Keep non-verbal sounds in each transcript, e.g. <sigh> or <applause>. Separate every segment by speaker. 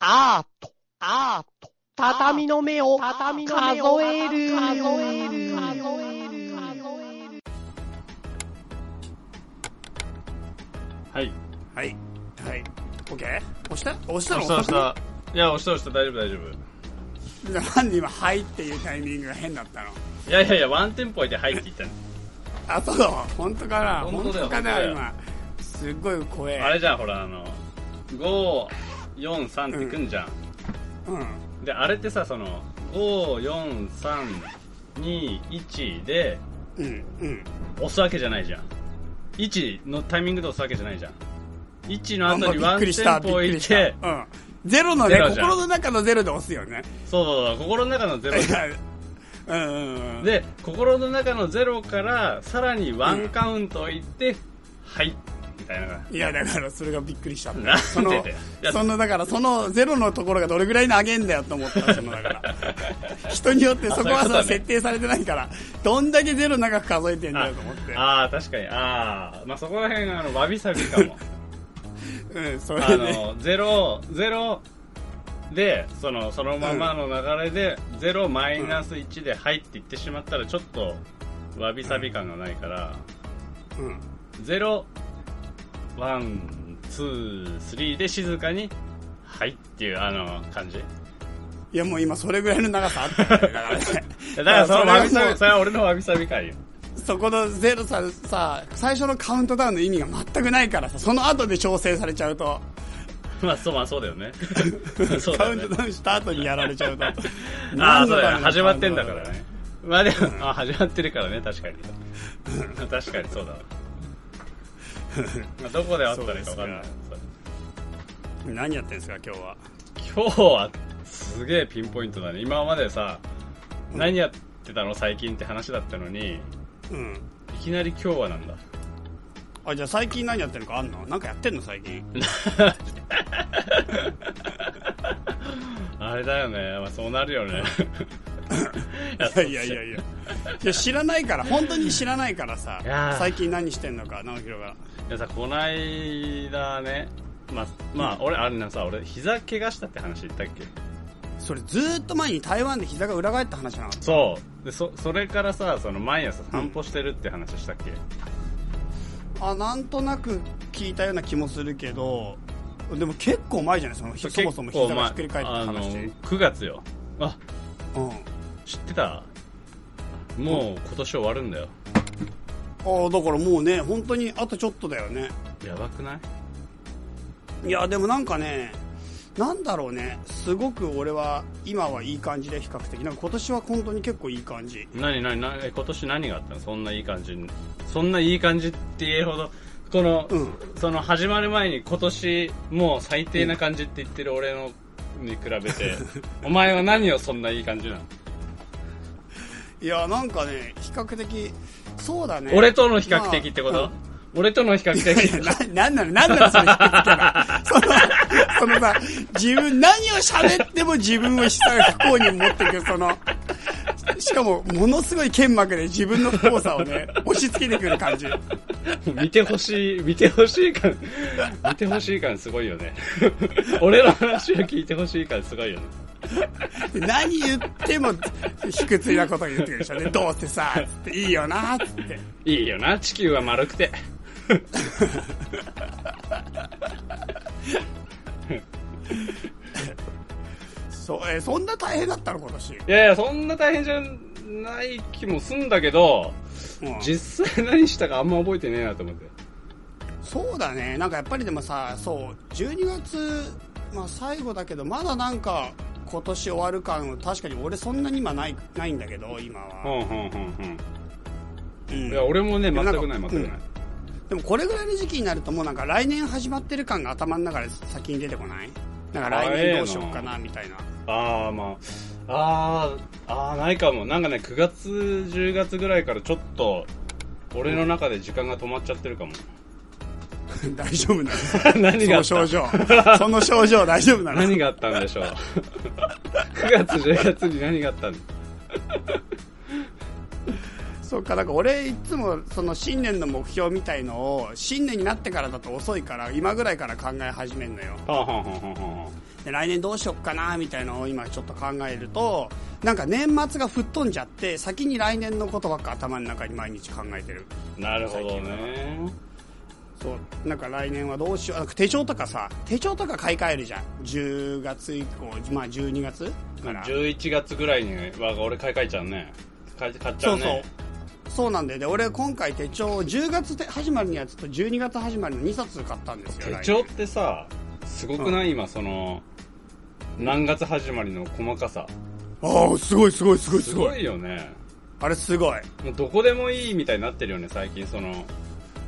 Speaker 1: アート、アート、畳の目を、畳の目を数える、数える、数える。
Speaker 2: はい。
Speaker 3: はい。はい。オッケー押した押し
Speaker 2: 押
Speaker 3: たの
Speaker 2: した押した。いや、押した押した。大丈夫大丈
Speaker 3: した何今、はいっていうタイミングが変だったの。
Speaker 2: 夫。いやいやいや、ワンテンポ置いて入っていったの
Speaker 3: あ、そうだわ。本当かな
Speaker 2: 本当だよ
Speaker 3: か
Speaker 2: 本
Speaker 3: な
Speaker 2: 当だよ
Speaker 3: 今。すっごい声。
Speaker 2: あれじゃん、ほら、あの、5、4、3ってくんじゃん。
Speaker 3: うん。
Speaker 2: で、あれってさ、その、5、4、3、2、1で、
Speaker 3: うん。うん。
Speaker 2: 押すわけじゃないじゃん。1のタイミングで押すわけじゃないじゃん。1の
Speaker 3: あんま
Speaker 2: 後
Speaker 3: び
Speaker 2: に
Speaker 3: っ
Speaker 2: ワン
Speaker 3: く
Speaker 2: テ
Speaker 3: りした、
Speaker 2: ン
Speaker 3: び
Speaker 2: ポ
Speaker 3: っく
Speaker 2: 置
Speaker 3: り
Speaker 2: い
Speaker 3: した。
Speaker 2: て、
Speaker 3: うん。ゼロのね、
Speaker 2: ゼロじゃん
Speaker 3: 心の中のゼロで押すよね。
Speaker 2: そうそうそう、心の中のゼロ。
Speaker 3: <laughs> うんうんうん。
Speaker 2: で、心の中のゼロから、さらにワンカウント置いて、はい、みたいな。
Speaker 3: いや、だからそれがびっくりした。
Speaker 2: なん
Speaker 3: その
Speaker 2: でだよ。いや、
Speaker 3: そのだからそのゼロのところがどれぐらい投げんだよと思ったそのだから人によってそこは
Speaker 2: あそういうことだ
Speaker 3: さ
Speaker 2: ね
Speaker 3: 設定されてないからどんだけゼロ長く数えてんだよと思って
Speaker 2: ああー、確かに。ああ、まあそこら辺、あの、わびさびか
Speaker 3: <laughs>
Speaker 2: も。
Speaker 3: うんそ
Speaker 2: あ
Speaker 3: れで
Speaker 2: の、ゼロ、ゼロで、その、そのままの流れで、ゼロマイナス1で入っていってしまったら、ちょっと、わびさび感がないから、
Speaker 3: うん
Speaker 2: ゼロ、ワン、ツー、スリーで静かに、はいっていう、あの、感
Speaker 3: <laughs>
Speaker 2: じ。
Speaker 3: いやもう今それぐらいの長さあったよねだからね <laughs>
Speaker 2: だから、そのわび
Speaker 3: そ
Speaker 2: さ
Speaker 3: れ
Speaker 2: び、それは俺のわびさび感よ。
Speaker 3: そこのゼロささ最初のカウントダウンの意味が全くないからさその後で調整されちゃうと
Speaker 2: まあ、そう、まあ、そうだ
Speaker 3: <laughs>
Speaker 2: よね。そうだ
Speaker 3: カ
Speaker 2: よ
Speaker 3: ウン
Speaker 2: ね
Speaker 3: ト。ダウンした後にやられ
Speaker 2: <laughs>
Speaker 3: ちゃうと
Speaker 2: ああ、
Speaker 3: 何
Speaker 2: そ
Speaker 3: の
Speaker 2: うだ
Speaker 3: た
Speaker 2: よ。
Speaker 3: めの
Speaker 2: 始まってんだからね。まあでも、あ始まってるからね、確かに。 <laughs> 確かにそうだわ。まあどこで会ったらいいか分かんない。
Speaker 3: 何やってんですか今日は
Speaker 2: そう今日は、すげえピンポイントだね。今までさ、何やってたの最近って話だったのに、
Speaker 3: うん
Speaker 2: いきなり今日はなんだ。
Speaker 3: あじゃあ最近何やってるのかあんのなんかやってんの最近
Speaker 2: あれだよね。まあそうなる
Speaker 3: <laughs>
Speaker 2: よね。
Speaker 3: いやいやいやいやいや知らないから本当に知らないからさ
Speaker 2: いやー
Speaker 3: 最近何してんのか直弘が
Speaker 2: いやさこないだねまあ、まあ、俺あれなさ俺膝怪我したって話言ったっけ
Speaker 3: それずーっと前に台湾で膝が裏返った話なの
Speaker 2: そうでそそれからさその毎朝散歩してるって話したっけ、
Speaker 3: あなんとなく聞いたような気もするけどでも結構前じゃないその
Speaker 2: そ
Speaker 3: そそもそも膝がひっくり返った
Speaker 2: あの
Speaker 3: 話、
Speaker 2: 9月よあ
Speaker 3: うん、
Speaker 2: 知ってたもう今年終わるんだよ
Speaker 3: ああだからもうね本当にあとちょっとだよね
Speaker 2: やばくない
Speaker 3: いやでもなんかねなんだろうねすごく俺は今はいい感じで比較的なんか今年は本当に結構いい感じ
Speaker 2: 何何何え今年何があったのそんないい感じにそんないい感じって言えるほどこの、
Speaker 3: うん
Speaker 2: その始まる前に今年もう最低な感じって言ってる俺のに比べ
Speaker 3: <laughs>
Speaker 2: てお前は何をそんないい感じなの、
Speaker 3: いやなんかね比較的そうだね
Speaker 2: 俺との比較的ってこと、
Speaker 3: まあ
Speaker 2: 俺との比較
Speaker 3: いやいや
Speaker 2: 的
Speaker 3: な、なんなの、なんなの、その比較的
Speaker 2: <laughs>
Speaker 3: は。その、そのさ、自分、何を喋っても自分を下が不幸に持っていく、その、しかも、ものすごい剣幕で自分の不幸さをね、押し付けてくる感じ。
Speaker 2: <laughs> 見てほしい見てほしい感見てほしい感すごいよね <laughs> 俺の話を聞いてほしい感すごいよね
Speaker 3: 何言っても、卑屈なこと言ってくるでしょうね。どうせさ、つっていいよな、つって。
Speaker 2: いいよな地球は丸くて
Speaker 3: そ、え、そんな大変だったの、今年。
Speaker 2: いやいやそんな大変じゃない気もすんだけど
Speaker 3: うん
Speaker 2: 実際何したかあんま覚えてねえなと思って
Speaker 3: そうだね、なんかやっぱりでもさ、そう、12月、まあ、最後だけど、まだなんか、今年終わる感は、確かに俺、そんなに今ないないんだけど、今
Speaker 2: う
Speaker 3: は。
Speaker 2: んうんうん
Speaker 3: う
Speaker 2: うん
Speaker 3: ん
Speaker 2: いや俺もね
Speaker 3: でも
Speaker 2: 全
Speaker 3: なんか
Speaker 2: くない全くない、
Speaker 3: でも、これぐらいの時期になると、もうなんか、来年始まってる感が頭の中で先に出てこないなんか、来年どうしようかな、みたいな。
Speaker 2: ああまああーあーないかもなんかね9月10月ぐらいからちょっと俺の中で時間が止まっちゃってる
Speaker 3: <laughs>
Speaker 2: かも
Speaker 3: 大丈夫な <laughs>
Speaker 2: 何があ
Speaker 3: の
Speaker 2: っ
Speaker 3: その症
Speaker 2: た
Speaker 3: 状。
Speaker 2: <laughs>
Speaker 3: その症状、大丈夫なの
Speaker 2: 何があったんでしょう9月10月に何があったん
Speaker 3: そうか、なんか俺いつもその新年の目標みたいのを、新年になってからだと遅いから、今ぐらいから考え始めるのよ。
Speaker 2: はあはあはあはあは
Speaker 3: で来年どうしよっかなみたいなのを今ちょっと考えるとなんか年末が吹っ飛んじゃって先に来年のことばっか頭の中に毎日考えてる
Speaker 2: なるほどね
Speaker 3: そうなんか来年はどうしようなんか手帳とかさ手帳とか買い替えるじゃん10月以降、まあ、12月から
Speaker 2: 11月ぐらいには俺買い替えちゃうね買い買っちゃ
Speaker 3: そううそう
Speaker 2: ね
Speaker 3: そうなんだよで俺今回手帳を10月で始まりのやつと12月始まりの2冊買ったんですよ
Speaker 2: 手帳ってさすごくない、今その何月始まりの細かさ
Speaker 3: ああすごいすごいすごい
Speaker 2: すごいよね
Speaker 3: あれすごい
Speaker 2: もうどこでもいいみたいになってるよね最近その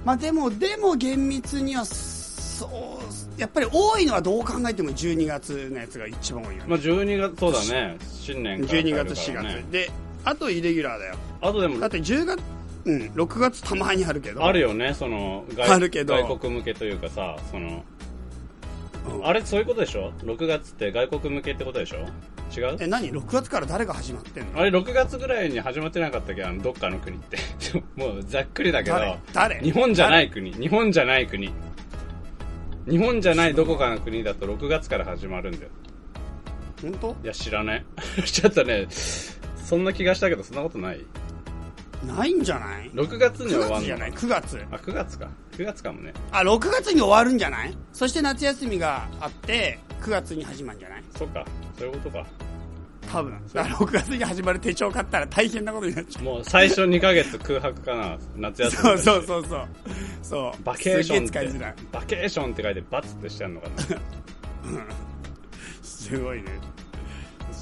Speaker 3: まあでもでも厳密にはそうやっぱり多いのはどう考えても12月のやつが一番多いよね、
Speaker 2: まあ12月そうだね新年から
Speaker 3: 12月
Speaker 2: 帰るか
Speaker 3: 4
Speaker 2: らね
Speaker 3: 月であとイレギュラーだよ
Speaker 2: あとで
Speaker 3: だ
Speaker 2: も
Speaker 3: って10月うん6月たまにあるけど
Speaker 2: あるよねその
Speaker 3: あるけど
Speaker 2: 外国向けというかさその
Speaker 3: うん
Speaker 2: あれそういうことでしょ6月って外国向けってことでしょ違う
Speaker 3: え何6月から誰が始まってんの
Speaker 2: あれ6月ぐらいに始まってなかったっけあのどっかの国って <laughs> もうざっくりだけど
Speaker 3: 誰誰
Speaker 2: 日本じゃない国日本じゃない国日本じゃないどこかの国だと6月から始まるんだよ
Speaker 3: 本当
Speaker 2: いや知らない <laughs> ちょっとねそんな気がしたけどそんなことない
Speaker 3: ないんじゃない
Speaker 2: 6月に終
Speaker 3: 9
Speaker 2: わ
Speaker 3: 月
Speaker 2: る
Speaker 3: じゃ
Speaker 2: の
Speaker 3: ない9月
Speaker 2: あ9月か9月かもね
Speaker 3: あ6月に終わるんじゃないそして夏休みがあって9月に始まるんじゃない
Speaker 2: そっかそういうことか
Speaker 3: 多分だから6月に始まる手帳買ったら大変なことになっちゃう
Speaker 2: もう最初2ヶ月空白かな夏休み
Speaker 3: そうそうそうそうそう
Speaker 2: バケーションっ
Speaker 3: すげえ使いづらい
Speaker 2: てバケーションって書いてバツってしてあるのかな
Speaker 3: <laughs> すごいね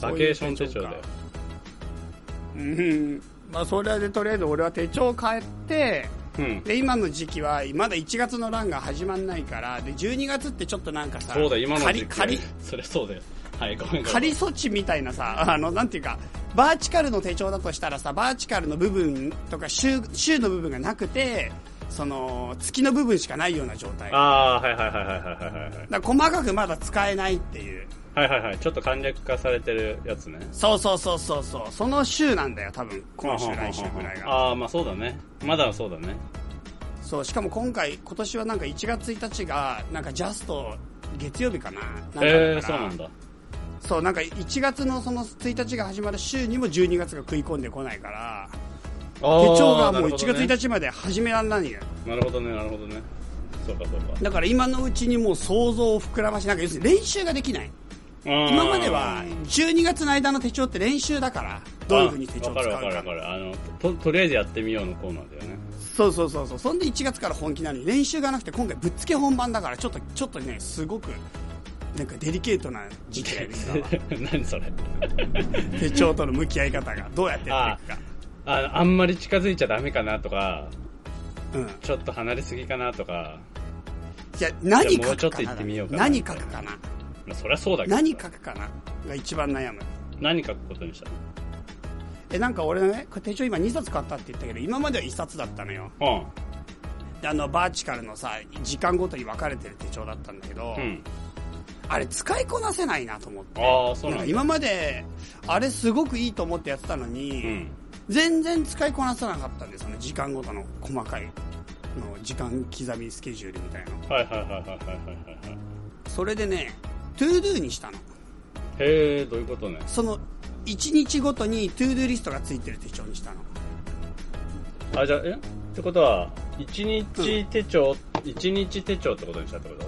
Speaker 2: バケーション手帳だよ
Speaker 3: うんまあそれでとりあえず俺は手帳を変えて
Speaker 2: うん
Speaker 3: で今の時期はまだ1月の欄が始まんないからで12月ってちょっとなんかさ
Speaker 2: そうだ今の時
Speaker 3: 仮
Speaker 2: 期
Speaker 3: 仮
Speaker 2: それそうだよはいごめんごめん
Speaker 3: 仮措置みたいなさ <laughs> あのなんていうかバーチカルの手帳だとしたらさバーチカルの部分とか週週の部分がなくてその月の部分しかないような状態だか
Speaker 2: ああーはいはいはいはいはいはいはい
Speaker 3: ら細かくまだ使えないっていう
Speaker 2: はいはいはいちょっと簡略化されてるやつね
Speaker 3: そうそうそうそうそうその週なんだよ多分今週来週ぐらいが
Speaker 2: ああーまあそうだねまだそうだね
Speaker 3: そうしかも今回今年はなんか1月1日がなんかジャスト月曜日かななんかだから
Speaker 2: ええー、そうなんだ
Speaker 3: そうなんか1月のその1日が始まる週にも12月が食い込んでこないから
Speaker 2: 手
Speaker 3: 手帳がもう1月
Speaker 2: 日
Speaker 3: 1日まで始めらんないんよ
Speaker 2: なるほどねなるほどねそうかそうか
Speaker 3: だから今のうちにもう想像を膨らましなんか要するに練習ができない今
Speaker 2: 今
Speaker 3: までは12月の間の手帳って練習だからどういうふうに手帳を使う
Speaker 2: わかるわか
Speaker 3: か
Speaker 2: るわかるあのととりあえずやってみようのコーナーだよね
Speaker 3: そうそうそうそうそんで1月から本気なのに練習がなくて今回ぶっつけ本番だからちょっとちょっとねすごくなんかデリケートな時期だよね
Speaker 2: <laughs>
Speaker 3: 今は
Speaker 2: 何それ
Speaker 3: 手帳との向き合い方がどうやってやっていくか
Speaker 2: あのあんまり近づいちゃダメかなとか
Speaker 3: うん、い
Speaker 2: ちょっと離れすぎかなとか、
Speaker 3: や何書
Speaker 2: もう
Speaker 3: く
Speaker 2: ちょっ
Speaker 3: か
Speaker 2: と行
Speaker 3: な
Speaker 2: ってみようかな
Speaker 3: 何書くかな
Speaker 2: まあ、そりゃそうだけど
Speaker 3: 何書くかなが一番悩む
Speaker 2: 何書くことにした
Speaker 3: えなんか俺ねこれ手帳今2冊買ったって言ったけど今までは1冊だったのよ
Speaker 2: の
Speaker 3: であのバーチカルのさ時間ごとに分かれてる手帳だったんだけど、
Speaker 2: うんうん
Speaker 3: あれ使いこなせないなと思って
Speaker 2: ああそう
Speaker 3: なん
Speaker 2: な
Speaker 3: か
Speaker 2: んだ
Speaker 3: 今まであれすごくいいと思ってやってたのに、
Speaker 2: うん
Speaker 3: 全然使いこなせなかったんですよね時間ごとの細かいの時間刻みスケジュールみたいな
Speaker 2: はいはいはいはいはいはいはい
Speaker 3: それでねトゥードゥにしたの
Speaker 2: へえどういうことね
Speaker 3: その1日ごとにトゥードゥリストがついてる手帳にしたの
Speaker 2: あじゃあえってことは一日手帳一、日手帳ってことにしたってこと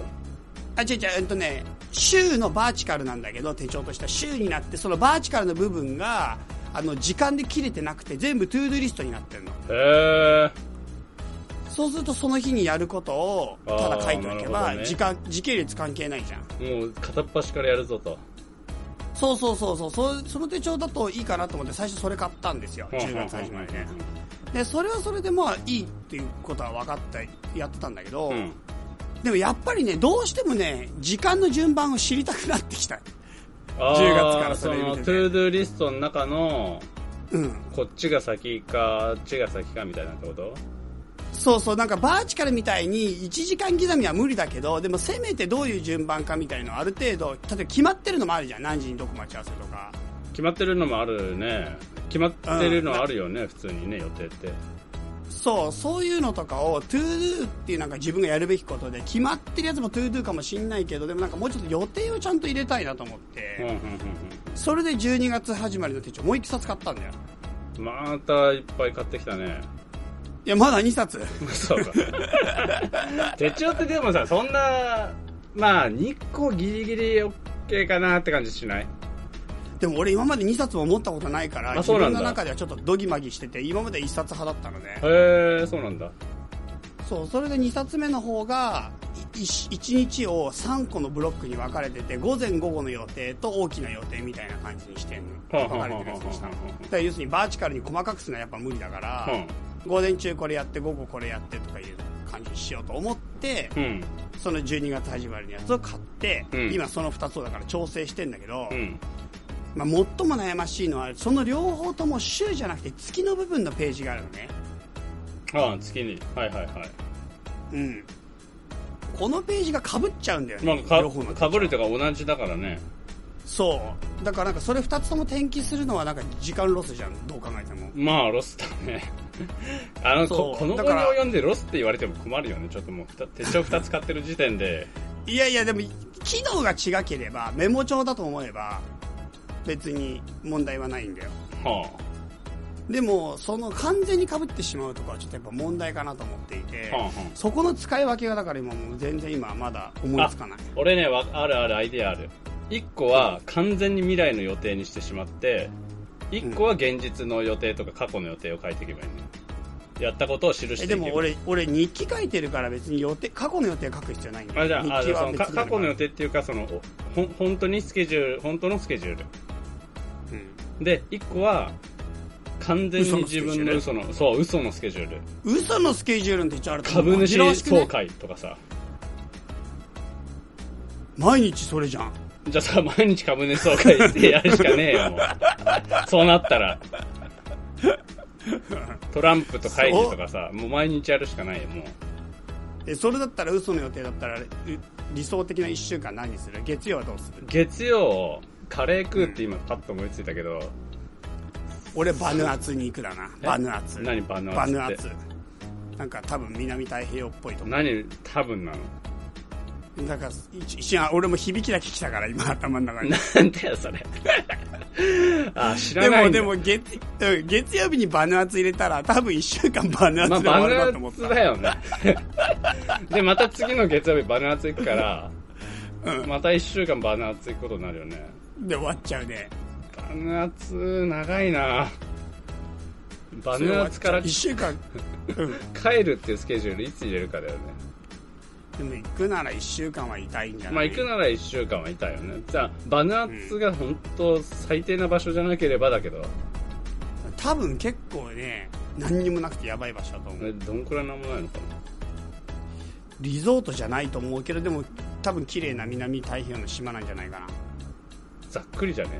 Speaker 3: あ違う違うえっとね週のバーチカルなんだけど手帳としては週になってそのバーチカルの部分があの時間で切れてなくて全部トゥードゥリストになってるの
Speaker 2: へえ
Speaker 3: そうするとその日にやることをただ書いておけ
Speaker 2: あーなるほ
Speaker 3: ば
Speaker 2: どね
Speaker 3: 時間、時系列関係ないじゃん
Speaker 2: もう片っ端からやるぞと
Speaker 3: そうそうそうそうそうその手帳だといいかなと思って最初それ買ったんですよ10月始まりででそれはそれでまあいいっていうことは分かってやってたんだけど、
Speaker 2: うんうん
Speaker 3: でもやっぱりねどうしてもね時間の順番を知りたくなってきた
Speaker 2: あー
Speaker 3: 10月からそれ
Speaker 2: の
Speaker 3: 見
Speaker 2: ト
Speaker 3: てて
Speaker 2: ゥードゥリストの中の
Speaker 3: うん
Speaker 2: こっちが先かあっちが先かみたいなってこと
Speaker 3: そうそうなんかバーチカルみたいに1時間刻みは無理だけどでもせめてどういう順番かみたいのはある程度例えば決まってるのもあるじゃん何時にどこ待ち合わせとか
Speaker 2: 決まってるのもあるね決まってるのあるよね、普通にね予定って
Speaker 3: そうそういうのとかを ToDo っていうなんか自分がやるべきことで決まってるやつも ToDo かもしんないけどでもなんかもうちょっと予定をちゃんと入れたいなと思って、
Speaker 2: うんうん
Speaker 3: それで12月始まりの手帳もう1冊買ったんだよ
Speaker 2: うんまたいっぱい買ってきた <laughs> ね。
Speaker 3: いやまだ2冊 <laughs>
Speaker 2: そうか。手帳ってでもさ、そんな、まあ、2個ギリギリ OK かなって感じしない
Speaker 3: でも俺今まで2冊も持ったことないから
Speaker 2: あ
Speaker 3: 自
Speaker 2: そうな
Speaker 3: 分
Speaker 2: んだ
Speaker 3: の中ではちょっとドギマギしてて今まで1冊派だったので、ね
Speaker 2: へえー、そうなんだ。
Speaker 3: そうそれで2冊目の方が1日を3個のブロックに分かれてて午前午後の予定と大きな予定みたいな感じにしてんの分かれてるやつにしたのだから要するにバーチカルに細かくするのはやっぱ無理だから、午前中これやって午後これやってとかいう感じにしようと思って
Speaker 2: うん。うん。
Speaker 3: その12月始まりのやつを買って、
Speaker 2: うん
Speaker 3: 今その2つをだから調整してんだけど、
Speaker 2: うん。
Speaker 3: まあ、最も悩ましいのはその両方とも週じゃなくて月の部分のページがあるのね
Speaker 2: ああ、月に。はいはいはい。
Speaker 3: うんこのページがかぶっちゃうんだよ
Speaker 2: ま
Speaker 3: ね、
Speaker 2: あ、
Speaker 3: 両方の
Speaker 2: かかぶるとか同じだからね。
Speaker 3: そうだからなんかそれ2つとも転記するのはなんか時間ロスじゃんどう考えても
Speaker 2: まあ、ロスだね。 <laughs> あの、
Speaker 3: そ
Speaker 2: こ
Speaker 3: う
Speaker 2: この
Speaker 3: だ
Speaker 2: 本を
Speaker 3: から
Speaker 2: 読んでロスって言われても困るよね。ちょっともうふた、手帳2つ買ってる時点で。
Speaker 3: いやいやでも機能が違ければメモ帳だと思えば別に問題はないんだよ
Speaker 2: は
Speaker 3: でもその完全にかぶってしまうとかはちょっとやっぱ問題かなと思っていて
Speaker 2: あ、はあはあ
Speaker 3: そこの使い分けがだから今もう全然今まだ思いつかない
Speaker 2: 俺ね、わあるあるアイデアある。1個は完全に未来の予定にしてしまって、1個は現実の予定とか過去の予定を書いていけばいいね。やったことを記していけば
Speaker 3: え
Speaker 2: い
Speaker 3: で
Speaker 2: い。
Speaker 3: も俺俺日記書いてるから別に予定過去の予定書く必要ないんだ
Speaker 2: あじゃ
Speaker 3: よ
Speaker 2: あ、あ
Speaker 3: 日
Speaker 2: じ
Speaker 3: 記
Speaker 2: ゃあそ
Speaker 3: は
Speaker 2: のか
Speaker 3: 別にな
Speaker 2: 過
Speaker 3: る
Speaker 2: 去の予定っていうか、その、おほん本当にスケジュール、本当のスケジュール。で、1個は、完全に自分の嘘の、そう、嘘のスケジュール。
Speaker 3: うん、嘘のスケジュールって一応あると思う
Speaker 2: 株
Speaker 3: 紛ら
Speaker 2: 主
Speaker 3: わしくね
Speaker 2: 総会とかさ。
Speaker 3: 毎日それじゃん
Speaker 2: じゃあさ、 <laughs> 毎日株主総会ってやるしかねえよ、
Speaker 3: <laughs>
Speaker 2: もう。そうなったら。トランプと会議とかさ、もう毎日やるしかないよ、もう。
Speaker 3: えそれだったら嘘の予定だったらう理想的な1週間何する月曜はどうする
Speaker 2: 月曜、カレー食うって今パッと思いついたけど、
Speaker 3: 俺バヌアツに行くだな
Speaker 2: え
Speaker 3: バヌアツ
Speaker 2: 何バヌア
Speaker 3: バ
Speaker 2: ツ
Speaker 3: ヌア
Speaker 2: って
Speaker 3: ツ。なんか多分南太平洋っぽいと思
Speaker 2: 何、多分なの。 <laughs>
Speaker 3: うなんか一一瞬あ俺も響きだけ来たから
Speaker 2: <laughs>
Speaker 3: 今頭の中に
Speaker 2: なんだよ、それ。 <laughs> あ、知ら
Speaker 3: で
Speaker 2: ないん
Speaker 3: も
Speaker 2: だ。
Speaker 3: でも月うん月曜日にバヌアツ入れたら多分1週間バヌアツ
Speaker 2: ま
Speaker 3: で
Speaker 2: あ、
Speaker 3: 終わ
Speaker 2: バ
Speaker 3: る
Speaker 2: ヌ
Speaker 3: なと思
Speaker 2: ア
Speaker 3: っ
Speaker 2: ツ
Speaker 3: た、
Speaker 2: だよね。で、また次の月曜日バヌアツ行くから、また一週間バヌアツ行くことになるよね。
Speaker 3: で終わっちゃうね
Speaker 2: バヌアツ、長いなバヌアツから
Speaker 3: 1週間、うん、
Speaker 2: 帰るっていうスケジュールいつ入れるかだよね。
Speaker 3: でも行くなら1週間は痛いんじゃない
Speaker 2: まあ行くなら一週間はいたいよね。じゃあ、バヌアツが本当最低な場所じゃなければだけど、
Speaker 3: 多分結構ね何にもなくてやばい場所だと思う
Speaker 2: えどんくらいなんもないのか
Speaker 3: リゾートじゃないと思うけどでも多分綺麗な南太平洋の島なんじゃないかな
Speaker 2: な。ざっくりじゃね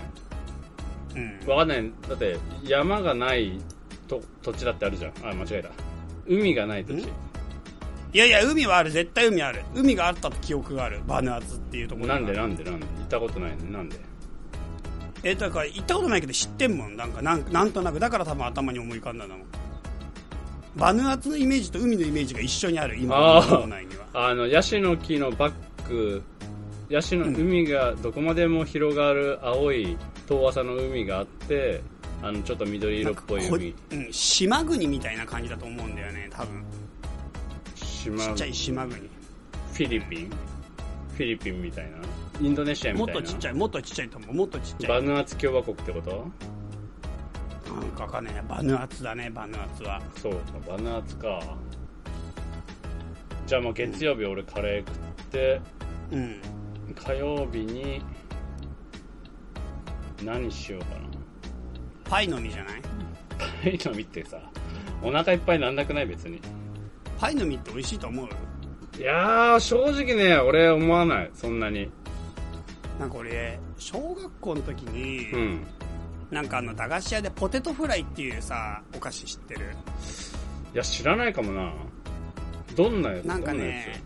Speaker 3: うん
Speaker 2: わかんない。だって、山がないと土地だってあるじゃん。あ、間違えた。海がない土地。
Speaker 3: いやいや海はある絶対海ある海があった記憶があるバヌアツっていうところ
Speaker 2: なんでなんでなんで行ったことないのになんで
Speaker 3: えだから行ったことないけど知ってんもんなんかなんなんとなくだから多分頭に思い浮かんだんだもんバヌアツのイメージと海のイメージが一緒にある今
Speaker 2: あー
Speaker 3: の脳内には
Speaker 2: あの、ヤシの木のバック、ヤシの海がどこまでも広がる青い遠浅の海があって、あの、ちょっと緑色っぽい
Speaker 3: こ
Speaker 2: 海。
Speaker 3: うん、島国みたいな感じだと思うんだよね多分
Speaker 2: 島、
Speaker 3: ち
Speaker 2: フ
Speaker 3: っちゃい島国
Speaker 2: ィリピンフィリピンみたいな。インドネシアみ
Speaker 3: もった
Speaker 2: いな。
Speaker 3: とちっちゃいもっとちっちゃいと思うもっとちっちゃ
Speaker 2: バ
Speaker 3: い
Speaker 2: ヌアツ共和国ってこと
Speaker 3: なんかかねバヌアツだねバヌアツは
Speaker 2: そうか、バヌアツか。じゃあもう月曜日俺カレー食って、
Speaker 3: うん
Speaker 2: 火曜日に、何しようかな。
Speaker 3: パイの実じゃない
Speaker 2: <laughs> パイの実ってさ、お腹いっぱいなんなくない別に。
Speaker 3: パイの実って美味しいと思う
Speaker 2: いやー、正直ね、俺思わない、そんなに。
Speaker 3: なんか俺小学校の時に、
Speaker 2: うん。
Speaker 3: なんかあの駄菓子屋でポテトフライっていうさお菓子知ってる
Speaker 2: いや、知らないかもな。どんなやつ
Speaker 3: なんかね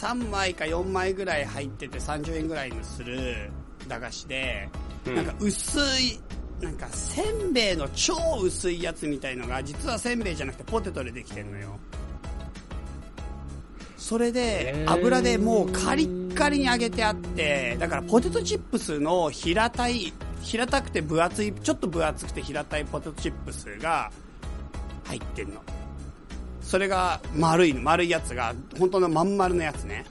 Speaker 3: 3枚か4枚ぐらい入ってて30円ぐらいのする駄菓子で、
Speaker 2: うん
Speaker 3: なんか薄いなんかせんべいの超薄いやつみたいのが実はせんべいじゃなくてポテトでできてるのよそれで
Speaker 2: へー
Speaker 3: 油でもうカリッカリに揚げてあってだからポテトチップスの平たい平たくて分厚いちょっと分厚くて平たいポテトチップスが入ってんのそれが丸いの丸いやつが本当のまん丸のやつね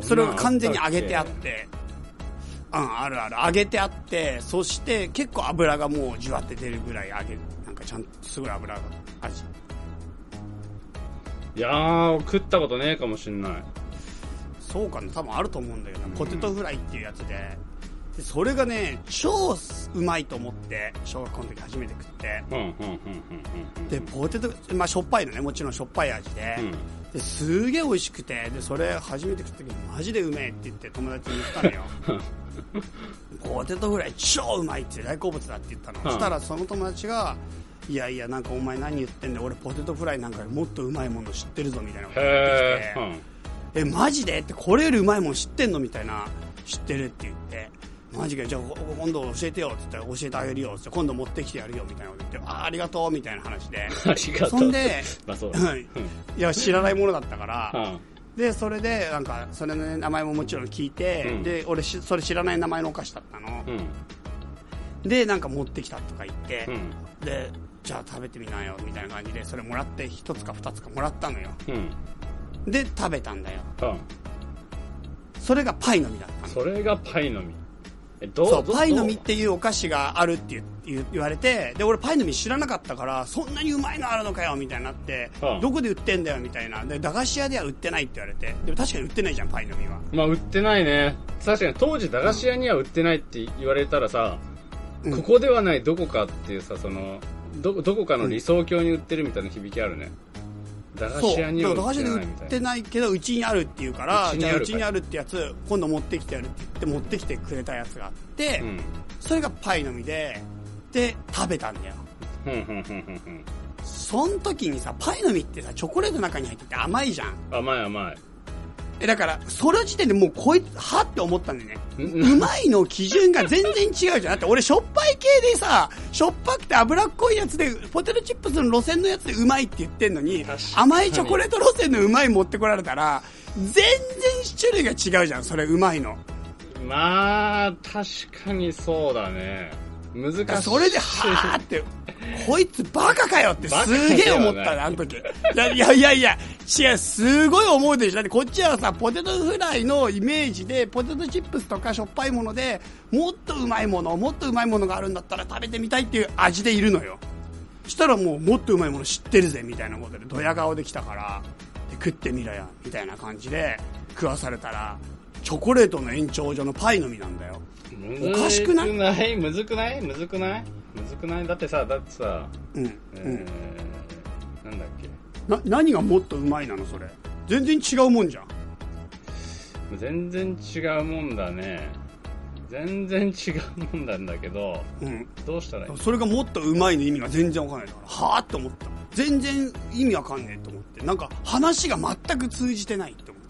Speaker 3: それを完全に揚げてあって、うん、あるある、揚げてあって、そして結構油がもうじゅわって出るぐらい揚げる。なんかちゃんとすごい油が味。
Speaker 2: いやー食ったことねえかもしんない
Speaker 3: そうかな、多分あると思うんだけどな、ポテトフライっていうやつで。でそれがね、超うまいと思って、小学校の時初めて食って。
Speaker 2: うんうんうんうんうん
Speaker 3: で、ポテト、まあしょっぱいのね、もちろんしょっぱい味で。
Speaker 2: うん
Speaker 3: ですげえ美味しくてでそれ初めて食った時にマジでうめえって言って友達に言った
Speaker 2: <laughs>
Speaker 3: のよポテトフライ超うまいって大好物だって言ったの、
Speaker 2: うん
Speaker 3: そしたらその友達がいやいやなんかお前何言ってんだよ俺ポテトフライなんかよりもっとうまいもの知ってるぞみたいなこと言って
Speaker 2: へ
Speaker 3: き
Speaker 2: え、う
Speaker 3: て
Speaker 2: ん、
Speaker 3: えマジでってこれよりうまいもの知ってんのみたいな知ってるって言ってマジかよじゃあこ今度教えてよって言ったら教えてあげるよって今度持ってきてやるよみたいなこと言ってあーありがとうみたいな話で
Speaker 2: <laughs> ありがとう
Speaker 3: そんで
Speaker 2: まあそうだ、
Speaker 3: はいいや知らないものだっ
Speaker 2: <laughs>
Speaker 3: たから、
Speaker 2: うんうん
Speaker 3: でそれでなんかそれの、名前ももちろん聞いて、
Speaker 2: うん
Speaker 3: で俺しそれ知らない名前のお菓子だったの
Speaker 2: う、ん
Speaker 3: でなんか持ってきたとか言って、
Speaker 2: うん
Speaker 3: でじゃあ食べてみなよみたいな感じでそれもらって1つか2つかもらったのよ
Speaker 2: うん
Speaker 3: で食べたんだよ
Speaker 2: うん
Speaker 3: それがパイの実だったの
Speaker 2: それがパイの実えど
Speaker 3: そう
Speaker 2: ど
Speaker 3: パイの実っていうお菓子があるって言う言われてで俺パイの実知らなかったからそんなにうまいのあるのかよみたいになって、
Speaker 2: うん
Speaker 3: どこで売ってんだよみたいなで駄菓子屋では売ってないって言われてでも確かに売ってないじゃんパイの実は
Speaker 2: まあ売ってないね確かに当時駄菓子屋には売ってないって言われたらさ、
Speaker 3: うん
Speaker 2: ここではないどこかっていうさそのどどこかの理想郷に売ってるみたいな響きあるね、駄菓
Speaker 3: そう
Speaker 2: 子屋には
Speaker 3: 駄
Speaker 2: 売
Speaker 3: 菓
Speaker 2: って
Speaker 3: 子で
Speaker 2: な
Speaker 3: 売
Speaker 2: いみ
Speaker 3: ったて
Speaker 2: いな
Speaker 3: ないけどうちにあるって言うから
Speaker 2: うち
Speaker 3: じ
Speaker 2: にあ
Speaker 3: ゃあ
Speaker 2: る
Speaker 3: うちにあるってやつ今度持ってきてやるって言って持ってきてくれたやつがあって、
Speaker 2: うん
Speaker 3: それがパイの実でで食べたんだよ
Speaker 2: ふんふんふんふんふん
Speaker 3: その時にさパイの実ってさチョコレートの中に入ってて甘いじゃん
Speaker 2: 甘い甘い
Speaker 3: えだからその時点でもうこいつはって思ったんだよね
Speaker 2: ん
Speaker 3: うまいの基準が全然違うじゃんだって俺しょっぱい系でさしょっぱくて脂っこいやつでポテトチップスの路線のやつでうまいって言ってんの
Speaker 2: 確
Speaker 3: に
Speaker 2: かに
Speaker 3: 甘いチョコレート路線のうまい持ってこられたら全然種類が違うじゃんそれうまいの
Speaker 2: まあ確かにそうだね難し
Speaker 3: だから
Speaker 2: い
Speaker 3: それではーってこいつバカかよって
Speaker 2: バカ
Speaker 3: すげえ思っ
Speaker 2: では
Speaker 3: た
Speaker 2: な
Speaker 3: ね
Speaker 2: い
Speaker 3: あの時いやいやいやいや違うすごい思うでしょだってこっちはさポテトフライのイメージでポテトチップスとかしょっぱいものでもっとうまいものもっとうまいものがあるんだったら食べてみたいっていう味でいるのよしたらもうもっとうまいもの知ってるぜみたいなことでドヤ顔できたからで食ってみろよみたいな感じで食わされたらチョコレートの延長上のパイの実なんだよ
Speaker 2: む
Speaker 3: おかしくない
Speaker 2: ないむずくないむずくないむずくないだってさだってさ、
Speaker 3: うんう
Speaker 2: え
Speaker 3: ん
Speaker 2: ーなんだっけ
Speaker 3: な何がもっとうまいなのそれ全然違うもんじゃん
Speaker 2: 全然違うもんだね全然違うもんなんだけど
Speaker 3: うん
Speaker 2: どうしたらいい
Speaker 3: それがもっとうまいの意味が全然わかんないだからはあって思った全然意味わかんねえと思ってなんか話が全く通じてないって思っ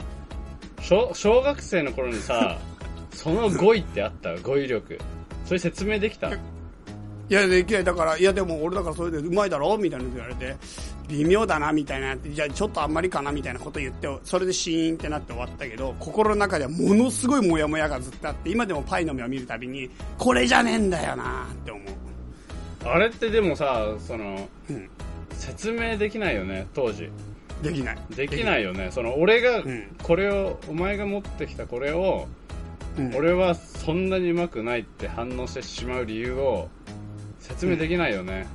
Speaker 3: た
Speaker 2: 小小学生の頃に <laughs> さその語彙ってあった語彙力それ説明できた
Speaker 3: いやできないだからいやでも俺だからそれでうまいだろみたいなこと言われて微妙だなみたいなじゃあちょっとあんまりかなみたいなこと言ってそれでシーンってなって終わったけど心の中ではものすごいモヤモヤがずっとあって今でもパイの実を見るたびにこれじゃねえんだよなって思う
Speaker 2: あれってでもさその
Speaker 3: うん
Speaker 2: 説明できないよね当時
Speaker 3: できない
Speaker 2: できないよねその俺が
Speaker 3: ん
Speaker 2: これを、お前が持ってきたこれを、
Speaker 3: うん
Speaker 2: 俺はそんなにうまくないって反応してしまう理由を説明できないよね、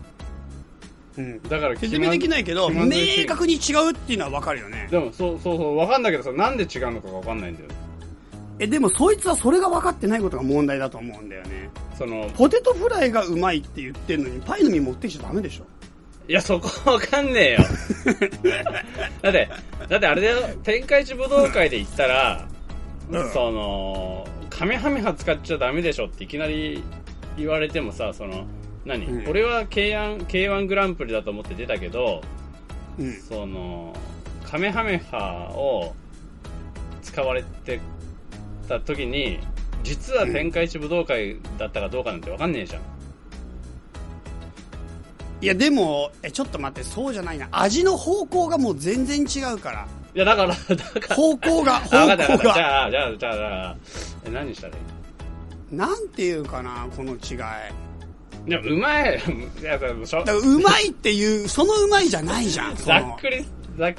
Speaker 3: うん
Speaker 2: だから
Speaker 3: 説明できないけど
Speaker 2: 気
Speaker 3: 明
Speaker 2: まずいし
Speaker 3: 確に違うっていうのは分かるよね
Speaker 2: でもそうそうそうわかんないけどさなんで違うのかがわかんないんだよ
Speaker 3: えでもそいつはそれが分かってないことが問題だと思うんだよね
Speaker 2: その
Speaker 3: ポテトフライがうまいって言ってるのにパイの実持ってきちゃダメでしょ
Speaker 2: いやそこわかんね <laughs> えよだってだってあれだよ天下一武道会で言ったら、
Speaker 3: うん
Speaker 2: そのカメハメハ使っちゃダメでしょっていきなり言われてもさその何、
Speaker 3: うん
Speaker 2: 俺は K1, K1 グランプリだと思って出たけど
Speaker 3: うん
Speaker 2: そのカメハメハを使われてた時に実は天下一武道会だったかどうかなんてわかんねえじゃん
Speaker 3: いや、でも、え、ちょっと待って、そうじゃないな。味の方向がもう全然違うから。
Speaker 2: いや、だから、だから、
Speaker 3: 方向
Speaker 2: <laughs>
Speaker 3: が、
Speaker 2: あ、
Speaker 3: 方
Speaker 2: わかったわか
Speaker 3: 向
Speaker 2: った。じ
Speaker 3: が。
Speaker 2: ゃあ、じゃあ、じゃあ、じゃあ、え何したらいい
Speaker 3: なんていうかな、この違い。だか
Speaker 2: いや、うまい。いや、しょ
Speaker 3: ら、うまいっていう、そのうまいじゃないじゃん。そ
Speaker 2: ざっ
Speaker 3: の
Speaker 2: くり、ざっ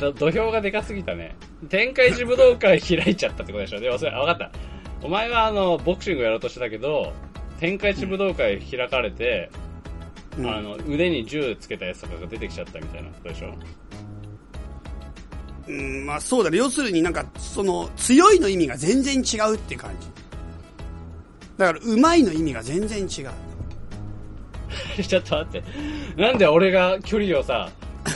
Speaker 2: ど土俵がでかすぎたね。天界一武道会開いちゃったってことでしょ。でもそれ、あわかった。お前はあの、ボクシングやろうとしてたけど、天界一武道会開かれて、
Speaker 3: うん
Speaker 2: あの、腕に銃つけたやつとかが出てきちゃったみたいなことでしょ。 <laughs>
Speaker 3: うん、まあそうだね。要するになんか、その、強いの意味が全然違うって感じ。だから、うまいの意味が全然違う。
Speaker 2: ちょっと待って。なんで俺が距離をさ、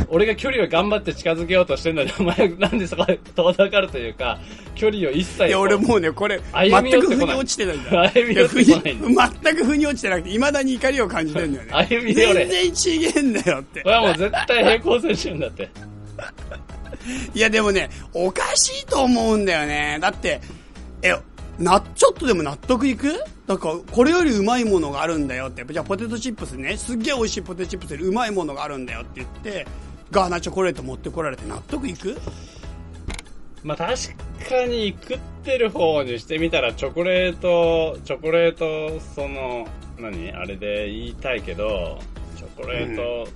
Speaker 2: 俺が距離を頑張って近づけようとしてんのに、お前なんでそこで遠ざかるというか、距離を一切。
Speaker 3: いや、俺もうね、これ、
Speaker 2: 歩み寄
Speaker 3: 全
Speaker 2: っ
Speaker 3: く
Speaker 2: てこ
Speaker 3: 腑に
Speaker 2: ない
Speaker 3: 落ちてないん
Speaker 2: <laughs>
Speaker 3: だ。
Speaker 2: 歩み
Speaker 3: い
Speaker 2: 寄
Speaker 3: や、
Speaker 2: っ
Speaker 3: 腑に、
Speaker 2: てこないんだ
Speaker 3: 全く腑に落ちてなくて、未だに怒りを感じてるんだよね。
Speaker 2: 歩み寄れ
Speaker 3: 全然違えんだよって
Speaker 2: こ。れはもう絶対平行線してるんだって。
Speaker 3: いや、でもね、おかしいと思うんだよね。だって、え、な、ちょっとでも納得いくなんか、これよりうまいものがあるんだよって。じゃあ、ポテトチップスね、すっげえ美味しいポテトチップスよりうまいものがあるんだよって言って、ガーナチョコレート持ってこられて納得いく
Speaker 2: まあ確かに食ってる方にしてみたらチョコレート、チョコレート、その、何あれで言いたいけど、チョコレート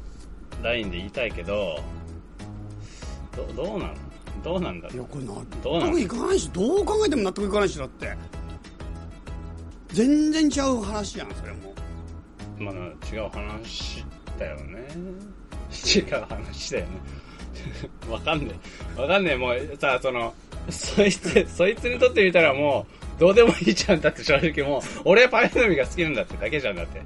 Speaker 2: ラインで言いたいけど、どどうなのどうなんだ
Speaker 3: い
Speaker 2: ろ
Speaker 3: や、
Speaker 2: う
Speaker 3: これ納
Speaker 2: どうなの
Speaker 3: 得いかないし、どう考えても納得いかないし、だって。全然違う話じゃん、それも。
Speaker 2: まあ違う話だよね。違う話だよね。 <laughs> わかんねえ。わかんねえ。もう、さ、その、そいつ、そいつにとってみたらもう、どうでもいいじゃんだって正直もう、俺はパフェの実が好きなんだってだけじゃんだって。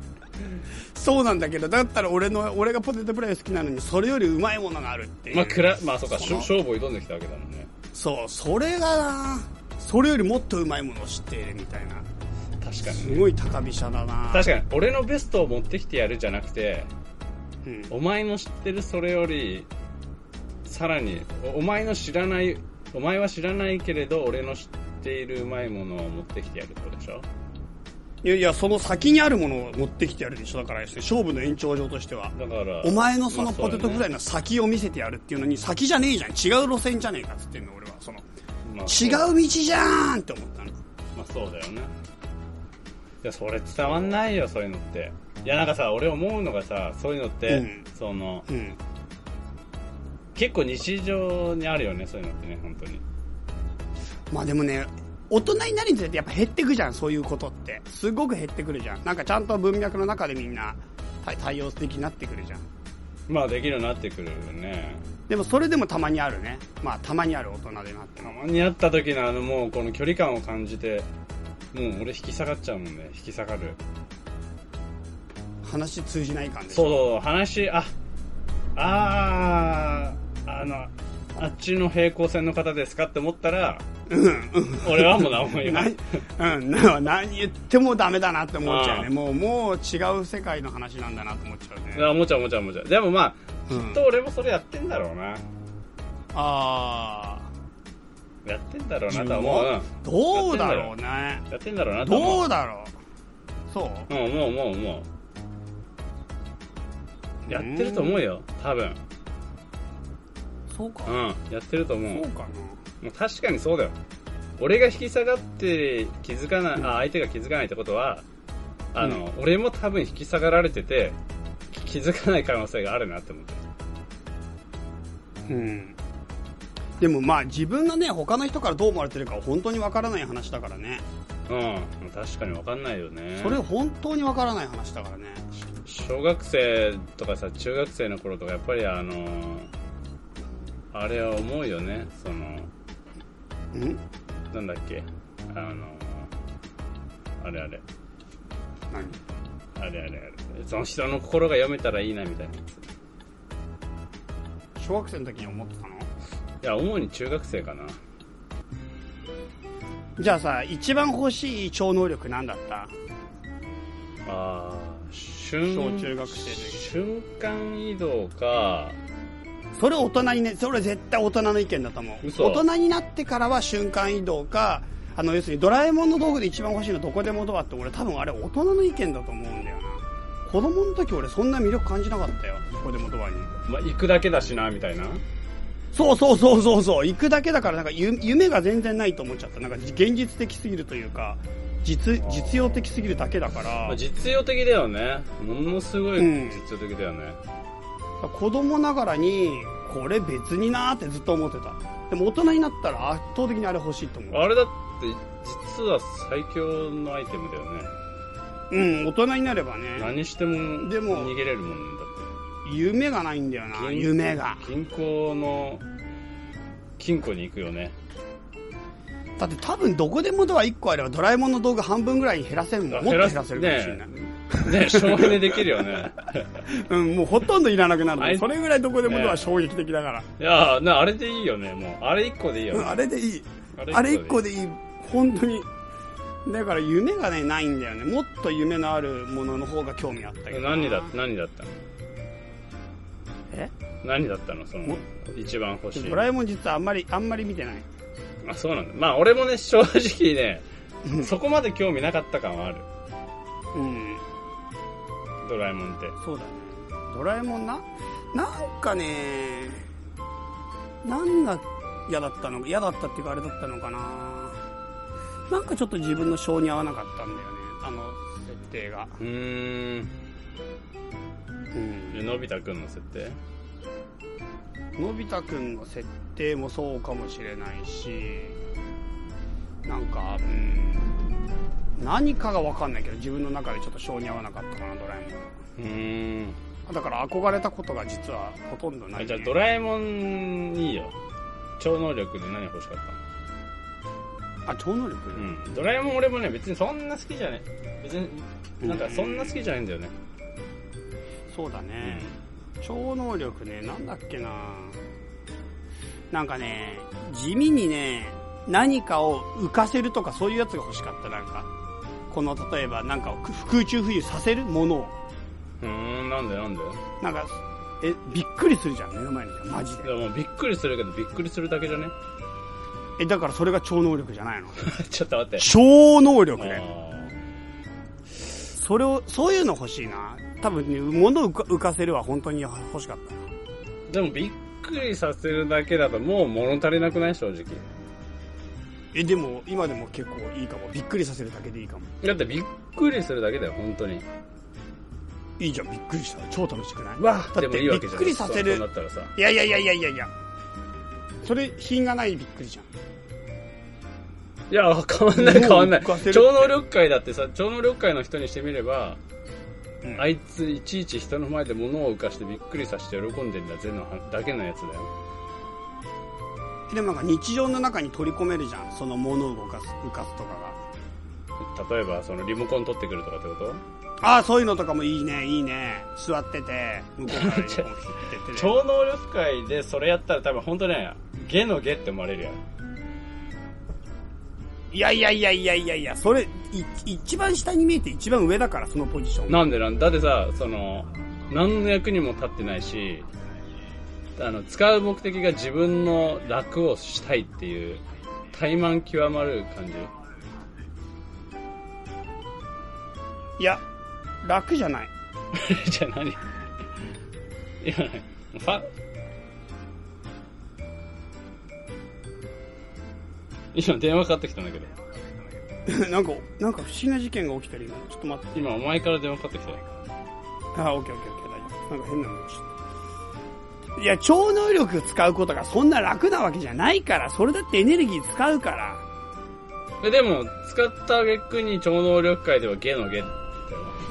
Speaker 3: そうなんだけど、だったら俺の、俺がポテトプライ好きなのに、それよりうまいものがあるっていう。
Speaker 2: まあ、くら、まあ、そうか、
Speaker 3: そ
Speaker 2: しょ
Speaker 3: の
Speaker 2: 勝負を挑んできたわけだもんね。
Speaker 3: そう、それがな、それよりもっとうまいものを知っているみたいな。
Speaker 2: 確かに
Speaker 3: す
Speaker 2: ね。
Speaker 3: ごい高飛車だな。
Speaker 2: 確かに、俺のベストを持ってきてやるじゃなくて、
Speaker 3: うん
Speaker 2: お前の知ってるそれより、さらに、おお前の知らない、お前は知らないけれど、俺の知っているうまいものを持ってきてやるってことでしょ
Speaker 3: いやいや、その先にあるものを持ってきてやるでしょ。だから、勝負の延長上としては。
Speaker 2: だから、
Speaker 3: お前のそ
Speaker 2: ま
Speaker 3: の
Speaker 2: あう
Speaker 3: ポ
Speaker 2: だ
Speaker 3: テ
Speaker 2: ね
Speaker 3: トフライの先を見せてやるっていうのに、先じゃねえじゃん。違う路線じゃねえかっつってんの、俺は。その、
Speaker 2: まあ
Speaker 3: 違う道じゃーんって思ったの。
Speaker 2: まあそうだよねいやそれ伝わんないよそういうのっていやなんかさ俺思うのがさそういうのって、
Speaker 3: うん
Speaker 2: その
Speaker 3: うん。
Speaker 2: 結構日常にあるよねそういうのってね本当に
Speaker 3: まあでもね、大人になるにつれてやっぱ減ってくじゃん、そういうことって。すごく減ってくるじゃん。なんかちゃんと文脈の中でみんな対対応的になってくるじゃん。
Speaker 2: まあできるようになってくるよね
Speaker 3: でもそれでもたまにあるね。まあたまにある大人でなっ
Speaker 2: た
Speaker 3: ての。
Speaker 2: まに会った時のあのもうこの距離感を感じてもう俺引き下がっちゃうもんね引き下がる
Speaker 3: 話通じない感じ。
Speaker 2: そうそう話ああーあのあっちの平行線の方ですかって思ったら、俺はもう何も言わ
Speaker 3: な
Speaker 2: ない
Speaker 3: うん、 <laughs> な何言ってもダメだなって思っちゃうね。
Speaker 2: あー
Speaker 3: もう、もう違う世界の話なんだなって思っちゃうね。
Speaker 2: あもちゃもちゃもちゃでもまあ
Speaker 3: う
Speaker 2: きっ
Speaker 3: ん、
Speaker 2: と俺もそれやってんだろうな
Speaker 3: あ
Speaker 2: やってんだろう
Speaker 3: あ
Speaker 2: なとは思う、う
Speaker 3: どうだろうね。
Speaker 2: ん、やってんだろうなとは思
Speaker 3: ど
Speaker 2: う
Speaker 3: うだろう。そう
Speaker 2: うんもうもうもうやってると思うよ多分
Speaker 3: そうか。
Speaker 2: うんやってると思う
Speaker 3: そうかな。
Speaker 2: もう確かにそうだよ俺が引き下がって気づかない、あ相手が気づかないってことはあの、俺も多分引き下がられててき気づかない可能性があるなって思って
Speaker 3: うんでもまあ自分がね他の人からどう思われてるかは本当にわからない話だからね、
Speaker 2: うん確かに分かんないよね
Speaker 3: それ本当にわからない話だからね
Speaker 2: 小学生とかさ中学生の頃とかやっぱりあのあれは思うよねその
Speaker 3: うん
Speaker 2: なんだっけあのあれあれ
Speaker 3: 何
Speaker 2: あれあれあれその人の心が読めたらいいなみたいなやつ
Speaker 3: 小学生の時に思ってたの
Speaker 2: いや主に中学生かな
Speaker 3: じゃあさ一番欲しい超能力なんだった
Speaker 2: あー瞬
Speaker 3: 小中学生の時
Speaker 2: 瞬間移動か
Speaker 3: それ大人にねそれ絶対大人の意見だと思う
Speaker 2: 嘘
Speaker 3: 大人になってからは瞬間移動かあの要するにドラえもんの道具で一番欲しいのどこでもドアって俺多分あれ大人の意見だと思うんだよな子供の時俺そんな魅力感じなかったよ子供とはに
Speaker 2: まあ、行くだけだしな、みたいな。
Speaker 3: そうそうそうそうそう行くだけだからなんかゆ夢が全然ないと思っちゃったなんか現実的すぎるというか実実用的すぎるだけだか
Speaker 2: ま
Speaker 3: ら
Speaker 2: あ、実用的だよね。ものすごい
Speaker 3: うん
Speaker 2: 実用的だよね。
Speaker 3: 子供ながらにこれ別になーってずっと思ってたでも大人になったら圧倒的にあれ欲しいと思う
Speaker 2: あれだって、実は最強のアイテムだよね。
Speaker 3: うん大人になればね
Speaker 2: 何しても逃
Speaker 3: でも
Speaker 2: げれるもんだって。
Speaker 3: 夢がないんだよな
Speaker 2: 銀
Speaker 3: 夢が
Speaker 2: 銀行の金庫に行くよね
Speaker 3: だって多分どこでもドア1個あればドラえもんの道具半分ぐらいに減らせるもんもっと減らせるかもしれない、
Speaker 2: ねね省エネできるよ
Speaker 3: <laughs>
Speaker 2: ね
Speaker 3: うんもうほとんどいらなくな
Speaker 2: あ
Speaker 3: る
Speaker 2: い
Speaker 3: それぐらいどこでもド
Speaker 2: ね
Speaker 3: ア衝撃的だから、
Speaker 2: いやーなあれでいいよねもうあれ一個でいいよ、
Speaker 3: うんあれでいいあ
Speaker 2: あ
Speaker 3: れ
Speaker 2: れ一
Speaker 3: 1個
Speaker 2: 個で
Speaker 3: でいい本当にだから夢がねないんだよねもっと夢のあるものの方が興味あったけ
Speaker 2: え
Speaker 3: どな
Speaker 2: 何だ何だったの
Speaker 3: え
Speaker 2: 何だったのその一番欲しい
Speaker 3: ドラえもん実はあんまりあんまり見てない
Speaker 2: あそうなんだまあ俺もね正直ねそこまで興味なかった感はある
Speaker 3: うん
Speaker 2: ドラえもんって
Speaker 3: そうだねドラえもんななんかね何が嫌だったの嫌だったっていうかあれだったのかななんかちょっと自分の性に合わなかったんだよねあの設定が
Speaker 2: うーん
Speaker 3: うん
Speaker 2: でのび太くんの設定
Speaker 3: のび太くんの設定もそうかもしれないしなんかうん何かが分かんないけど自分の中でちょっと性に合わなかったかなドラえもんは
Speaker 2: うーん
Speaker 3: だから憧れたことが実はほとんどない、
Speaker 2: あ
Speaker 3: ね、
Speaker 2: じゃあドラえもんいいよ超能力で何欲しかったの
Speaker 3: あ超能力、
Speaker 2: うん、ドラえもん俺もね別にそんな好きじゃない別になんかそんな好きじゃないんだよね、
Speaker 3: そうだ
Speaker 2: うん
Speaker 3: ね、超能力ねなんだっけななんかね地味にね何かを浮かせるとかそういうやつが欲しかったなんかこの例えばなんかをく空中浮遊させるものを
Speaker 2: うーんなんでなんで
Speaker 3: なんかえびっくりするじゃん目の前にいたマジ
Speaker 2: い
Speaker 3: で
Speaker 2: やもうびっくりするけどびっくりするだけじゃね <laughs>
Speaker 3: えだからそれが超能力じゃないの
Speaker 2: ちょっと待って
Speaker 3: 超能力ね
Speaker 2: あ
Speaker 3: それをそういうの欲しいな多分ね物を浮か浮かせるは本当に欲しかったな
Speaker 2: ーでもびっくりさせるだけだともう物足りなくない正直
Speaker 3: えでも今でも結構いいかもびっくりさせるだけでいいかも
Speaker 2: だってびっくりするだけだよ本当に
Speaker 3: いいじゃんびっくりした超楽しくない
Speaker 2: わ
Speaker 3: だって
Speaker 2: でもいいわけじゃん
Speaker 3: びっくりさせる
Speaker 2: そうなったらさ
Speaker 3: いやいやいやいやいやいやそれ品がないびっくりじゃん
Speaker 2: いや変わんない変わんない
Speaker 3: もう浮かせるって
Speaker 2: 超能力界だってさ超能力界の人にしてみれば、
Speaker 3: うん
Speaker 2: あいついちいち人の前で物を浮かしてびっくりさせて喜んでんだぜのだけのやつだよ
Speaker 3: でもなんか日常の中に取り込めるじゃんその物を動かす浮かすとか
Speaker 2: 例えばそのリモコン取ってくるとかってこと
Speaker 3: がああそういうのとかもいいねいいね座ってて向こう
Speaker 2: <laughs>
Speaker 3: からこう切ってて、ね、
Speaker 2: 超能力界でそれやったら多分本当ねゲのゲって思われるやん
Speaker 3: いやいやいやいやいやいやそれい一番下に見えて一番上だからそのポジション
Speaker 2: なんでなんだってさその何の役にも立ってないしあの使う目的が自分の楽をしたいっていう怠慢極まる感じ <laughs>
Speaker 3: いや楽じゃない <laughs>
Speaker 2: じゃあ何いや、ファ、今電話かかってきたんだけど。
Speaker 3: なんかなんか不思議な事件が起きてる今ちょっと待って
Speaker 2: 今お前から電話かかってきたよ。
Speaker 3: あ、オッケーオッケーオッケー、大丈夫。なんか変なのがちょっといや、超能力使うことがそんな楽なわけじゃないから、それだってエネルギー使うから。
Speaker 2: え、でも、使った挙句に超能力界ではゲのゲだ <laughs> よ。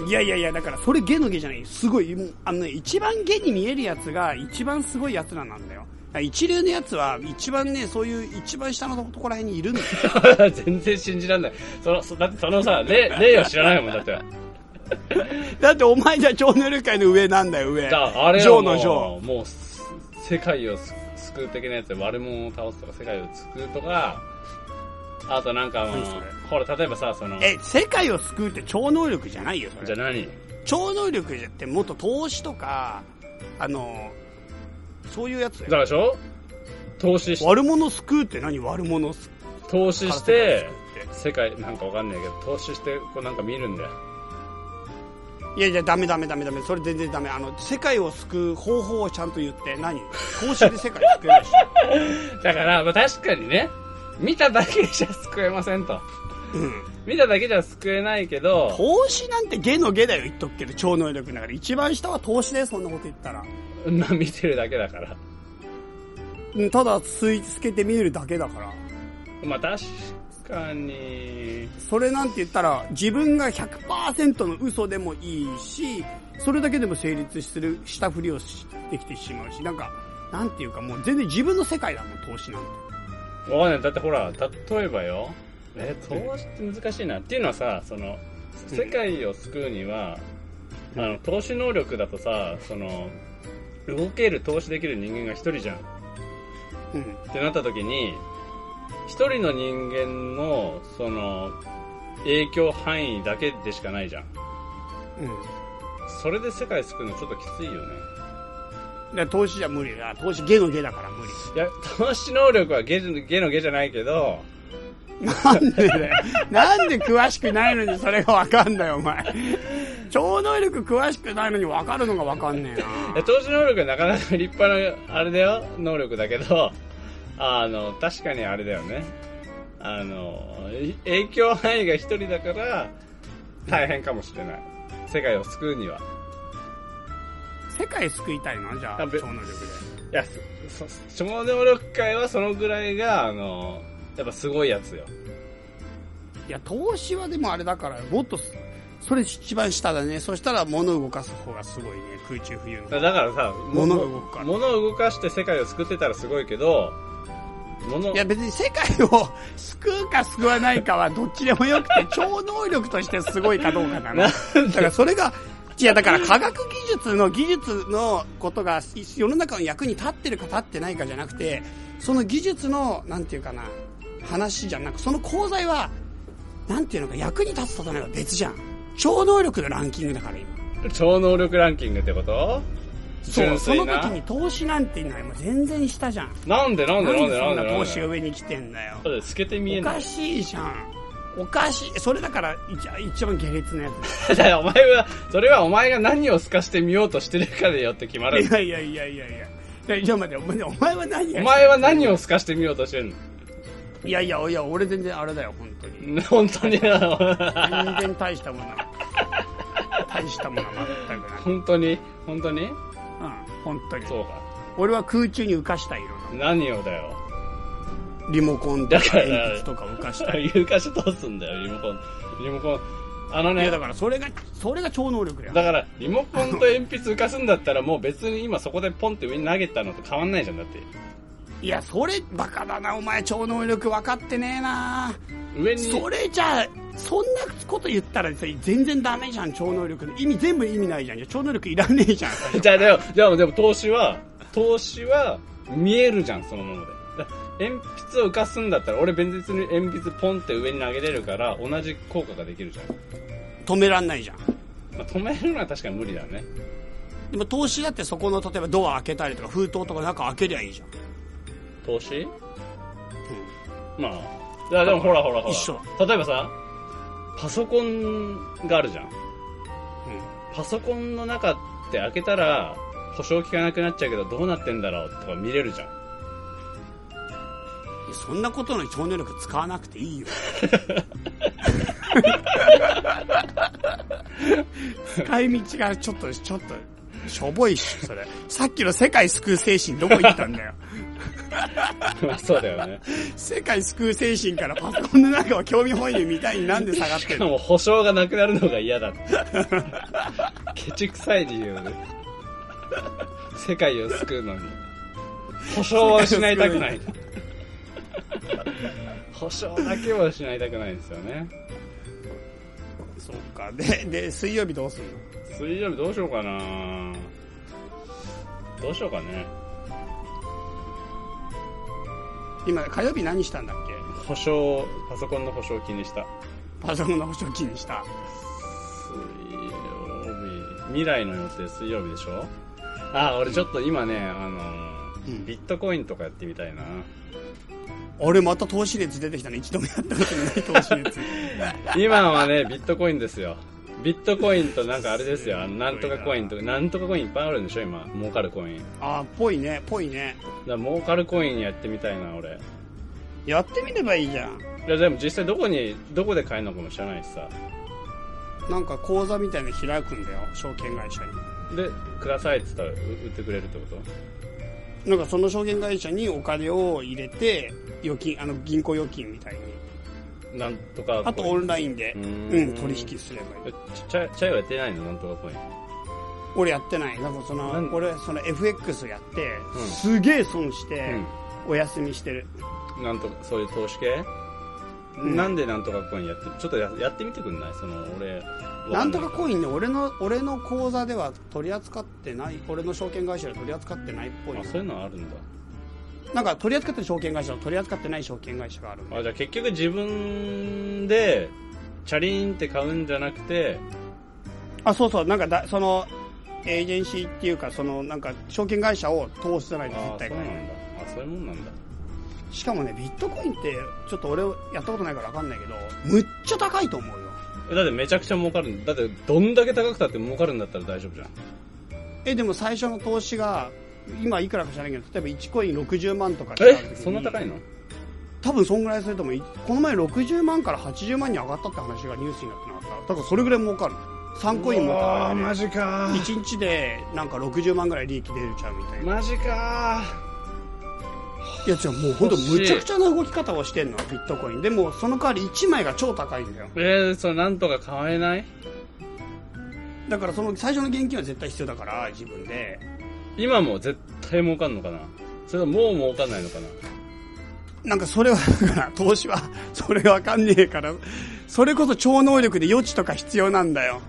Speaker 3: いやいやいや、だからそれゲのゲじゃない。すごい、もうあのね、一番ゲに見えるやつが一番すごいやつらなんだよ。だから一流のやつは一番ね、そういう一番下のところらへんにい
Speaker 2: <laughs>
Speaker 3: るんだよ。
Speaker 2: 全然信じらんない。その、そだってそのさ、例、例を知らないもん、だって。
Speaker 3: だってお前じゃ超能力界の上なんだよ、上。
Speaker 2: だあれ
Speaker 3: ジョー
Speaker 2: はも
Speaker 3: の
Speaker 2: う、
Speaker 3: ジョー。
Speaker 2: もうす、世界をす救う的なやつで悪者を倒すとか、世界を救うとか、あとなんかもう
Speaker 3: 何それ、
Speaker 2: ほら、例えばさ、その、
Speaker 3: え、世界を救うって超能力じゃないよ、それ
Speaker 2: じゃあ。何
Speaker 3: 超能力じゃってもっと投資とかあのそういうやつ
Speaker 2: だ
Speaker 3: だよ
Speaker 2: からでしょ投資し
Speaker 3: 悪者救うって何悪者救う
Speaker 2: 投資
Speaker 3: っ
Speaker 2: して
Speaker 3: て
Speaker 2: 世界なんかわかんないけど投資してこうなんか見るんだよ
Speaker 3: いやいや、ダメダメダメダメ。それ全然ダメ。あの、世界を救う方法をちゃんと言って、 <laughs> 何公式で世界救えるし。
Speaker 2: だから、まあ、確かにね、見ただけじゃ救えませんと。見ただけじゃ救えないけど、
Speaker 3: 投資なんてゲのゲだよ言っとくけど、超能力の中で。一番下は投資でそんなこと言ったら。
Speaker 2: まあ見てるだけだから。
Speaker 3: うんただ、吸い付けて見るだけだから。
Speaker 2: まあ確かに、
Speaker 3: それなんて言ったら、自分が100%の嘘でもいいし、それだけでも成立する、したふりをしてきてしまうし、なんか、なんていうかもう全然自分の世界だもん、投資なんて。
Speaker 2: わかんない。だってほら、例えばよ、え、投資って難しいな。っていうのはさ、その、世界を救うには、あの、投資能力だとさ、その、動ける、投資できる人間が一人じゃん。っ
Speaker 3: うん。
Speaker 2: てなった時に、一人の人間の、その、影響範囲だけでしかないじゃん。
Speaker 3: うん。
Speaker 2: それで世界救うのちょっときついよね。
Speaker 3: だから投資じゃ無理だ。投資ゲのゲだから無理。
Speaker 2: いや、投資能力はゲのゲのゲじゃないけど、
Speaker 3: なんでだよ。なんで詳しくないのにそれがわかんだよ、お前。超能力詳しくないのにわかるのがわかんねえ
Speaker 2: いや投資能力はなかなか立派な、あれだよ、能力だけど、あの、確かにあれだよね。あの、い影響範囲が一人だから、大変かもしれない。世界を救うには。
Speaker 3: な。世界救いたいな、じゃあ、
Speaker 2: あべ
Speaker 3: 超能力で。
Speaker 2: いや、そ、そ、超能力界はそのぐらいが、あの、やっぱすごいやつよ。
Speaker 3: いや、投資はでもあれだから、もっとす、それ一番下だね。そしたら物を動かす方がすごいね。空中浮遊の。
Speaker 2: だからさ、
Speaker 3: 物を動くから
Speaker 2: 物を動かして世界を救ってたらすごいけど、物
Speaker 3: いや、別に世界を救うか救わないかはどっちでもよくて、超能力としてすごいかどうかなの。だからそれが、いや、だから科学技術の技術のことがい世の中の役に立ってるか立ってないかじゃなくて、その技術の、なんていうかな、話じゃなく、その功罪は、なんていうのか、役に立つとかないは別じゃん。超能力のランキングだから今。
Speaker 2: 超能力ランキングってこと
Speaker 3: そう、
Speaker 2: 純
Speaker 3: そ
Speaker 2: 粋
Speaker 3: の
Speaker 2: な
Speaker 3: 時に投資なんていうのはもう全然下じゃん。
Speaker 2: なんでなんでなんで
Speaker 3: そ
Speaker 2: なん
Speaker 3: ん
Speaker 2: でな
Speaker 3: な
Speaker 2: ん
Speaker 3: 投
Speaker 2: で
Speaker 3: 資が上に来てんだよ。
Speaker 2: だって透けて見え
Speaker 3: お
Speaker 2: な
Speaker 3: か
Speaker 2: い。
Speaker 3: しいじゃん。おかしい。それだから、一一番下劣なや
Speaker 2: <laughs> だからお前は、それはお前が何を透かしてみようとしてるかでよって決ま
Speaker 3: つ。
Speaker 2: る
Speaker 3: い。やいやいやいやいや。いやいや待ってお前お前は何や
Speaker 2: お前は何を透かしてみようとしてる
Speaker 3: いやいやいや俺全然あれだよ本当に
Speaker 2: の本当にな
Speaker 3: 全然大したもんな大したもんな全くない
Speaker 2: 本当に本当に
Speaker 3: うん本当に
Speaker 2: そうか。
Speaker 3: 俺は空中に浮かしたいよ
Speaker 2: 何をだよ。
Speaker 3: なリモコンと
Speaker 2: だ
Speaker 3: か
Speaker 2: から
Speaker 3: 鉛筆とか浮かしたい
Speaker 2: 有価し通すんだよ、リモコン。リモコン。あの
Speaker 3: いや
Speaker 2: ね、
Speaker 3: だ
Speaker 2: だ
Speaker 3: からそれがそれが超能力だよ
Speaker 2: から、リモコンと鉛筆浮かすんだったら、もう別に今そこでポンって上に投げたのと変わんないじゃん、だって。
Speaker 3: いやそれバカだなお前超能力分かってねえな
Speaker 2: 上に、
Speaker 3: それじゃあそんなこと言ったらさ全然ダメじゃん超能力の意味全部意味ないじゃんじゃあ超能力いらねえじゃん
Speaker 2: <laughs> じゃあだよ、じゃあでも投資は、投資は見えるじゃん、そのもので。だ鉛筆を浮かすんだったら、俺別に鉛筆ポンって上に投げれるから、同じ効果ができるじゃん。
Speaker 3: 止めらんないじゃん
Speaker 2: まあ、止めるのは確かに無理だね。
Speaker 3: でも投資だってそこの例えばドア開けたりとか封筒とか中開けりゃいいじゃん、
Speaker 2: 投資
Speaker 3: う
Speaker 2: まあ。いやでもほらほらほら。
Speaker 3: 一緒
Speaker 2: 例えばさ、パソコンがあるじゃん。
Speaker 3: んうん
Speaker 2: パソコンの中って開けたら、保証効かなくなっちゃうけど、どうなってんだろうとか見れるじゃん。 <laughs>
Speaker 3: いやそんなことの超能力使わなくていいよ使い道がちょっとちょっとしょぼいっしょそれさっきの世界救う精神どこ行ったんだよ
Speaker 2: まあそうだよね。
Speaker 3: 世界救う精神からパソコンの中を興味本位みたいになんで下がって
Speaker 2: し
Speaker 3: る
Speaker 2: か
Speaker 3: の
Speaker 2: も保証がなくなるのが嫌だって。ケチくさい理由で。世界を救うのに。保証は失いたくない。保証だけは失いたくないんですよね。
Speaker 3: そうかでで水曜日どうする
Speaker 2: 水曜日どうしようかなどうしようかね。
Speaker 3: の今火曜日何したんだっけ
Speaker 2: 保証、パソコンの保証を気にした。
Speaker 3: パソコンの保証金にした
Speaker 2: 水曜日未来の予定水曜日でしょあ俺ちょっと今ね、あのー
Speaker 3: うん
Speaker 2: ビットコインとかやってみたいな
Speaker 3: 俺また投資率出てきたね一度もやったことない投資率
Speaker 2: 今はねビットコインですよビットコインとなんかあれですよ、あのなんとかコインとか、なんとかコインいっぱいあるんでしょ、今。儲かるコイン。だか
Speaker 3: ああ、ぽいね、ぽいね。
Speaker 2: ら儲かるコインやってみたいな、俺。
Speaker 3: やってみればいいじゃん。
Speaker 2: いや、でも実際どこに、どこで買えるのかも知らないしさ。
Speaker 3: なんか口座みたいなの開くんだよ、証券会社に。
Speaker 2: で、くださいって言ったらう売ってくれるってこと
Speaker 3: なんかその証券会社にお金を入れて、預金、あの、銀行預金みたいに。
Speaker 2: なんとかコイン。
Speaker 3: あとオンラインで、
Speaker 2: う
Speaker 3: うんん、取引すればいい。
Speaker 2: えちチャイチャイはやってないのなんとかコイン。
Speaker 3: 俺やってない。なんかその
Speaker 2: なん、
Speaker 3: 俺、その FX やって、
Speaker 2: うん
Speaker 3: すげえ損して、お休みしてる。
Speaker 2: うん。なんとか、そういう投資系、
Speaker 3: うん
Speaker 2: なんでなんとかコインやって、ちょっとややってみてくんないその、俺。
Speaker 3: なんとかコ
Speaker 2: イン
Speaker 3: インね、俺の、俺の口座では取り扱ってない、俺の証券会社では取り扱ってないっぽい
Speaker 2: あ、
Speaker 3: な。
Speaker 2: そういうのあるんだ。
Speaker 3: なんか取り扱ってる証券会社と取り扱ってない証券会社があるんだよ
Speaker 2: あ、じゃあ結局自分で、チャリーンって買うんじゃなくて、
Speaker 3: あ、そうそう、なんかだ、その、エージェンシーっていうか、その、なんか、証券会社を通してないと
Speaker 2: ああ、そう
Speaker 3: 絶対
Speaker 2: な
Speaker 3: 買え
Speaker 2: ん
Speaker 3: ない。
Speaker 2: だ。あ、そういうもんなんだ。
Speaker 3: しかもね、ビットコインって、ちょっと俺、やったことないからわかんないけど、むっちゃ高いと思うよ。
Speaker 2: えだってめちゃくちゃ儲かるんだ。だってどんだけ高くたって儲かるんだったら大丈夫じゃん。
Speaker 3: え、でも最初の投資が、今いくらか知らないけど、例えば1コイン60万とかしてある時
Speaker 2: え
Speaker 3: に
Speaker 2: そんな高いの
Speaker 3: 多分そんぐらいすると思う。いこの前60万から80万に上がったって話がニュースになってなかった。だからそれぐらい儲かる。3コイン儲かる、ね。
Speaker 2: ジか
Speaker 3: 1日で、なんか60万ぐらい利益出るちゃうみたいな。
Speaker 2: マジか
Speaker 3: いや違うもう本当むちゃくちゃな動き方をしてんのビットコインでもその代わり1枚が超高いんだよ
Speaker 2: えー、それなんとか買えない
Speaker 3: だからその最初の現金は絶対必要だから自分で
Speaker 2: 今も絶対儲かんのかなそれとももう儲かんないのかな
Speaker 3: なんかそれはだから投資はそれわかんねえからそれこそ超能力で予知とか必要なんだよ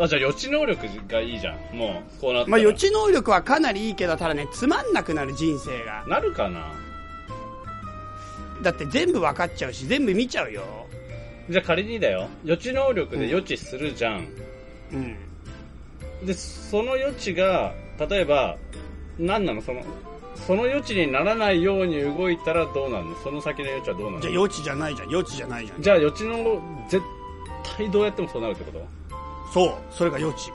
Speaker 2: あ、じゃあ予知能力がいいじゃん。もう、こうなったら。
Speaker 3: まあ予知能力はかなりいいけどただねつまんなくなる人生が
Speaker 2: なるかな
Speaker 3: だって全部わかっちゃうし全部見ちゃうよ
Speaker 2: じゃあ仮にだよ。予知能力で予知するじゃん。
Speaker 3: うん
Speaker 2: で、その予知が、例えば、何なのその、その予知にならないように動いたらどうなるのその先の予知はどうなるの
Speaker 3: じゃあ予知じゃないじゃん予知じゃないじゃん
Speaker 2: じゃあ予知の絶対どうやってもそうなるってこと
Speaker 3: そうそれが予知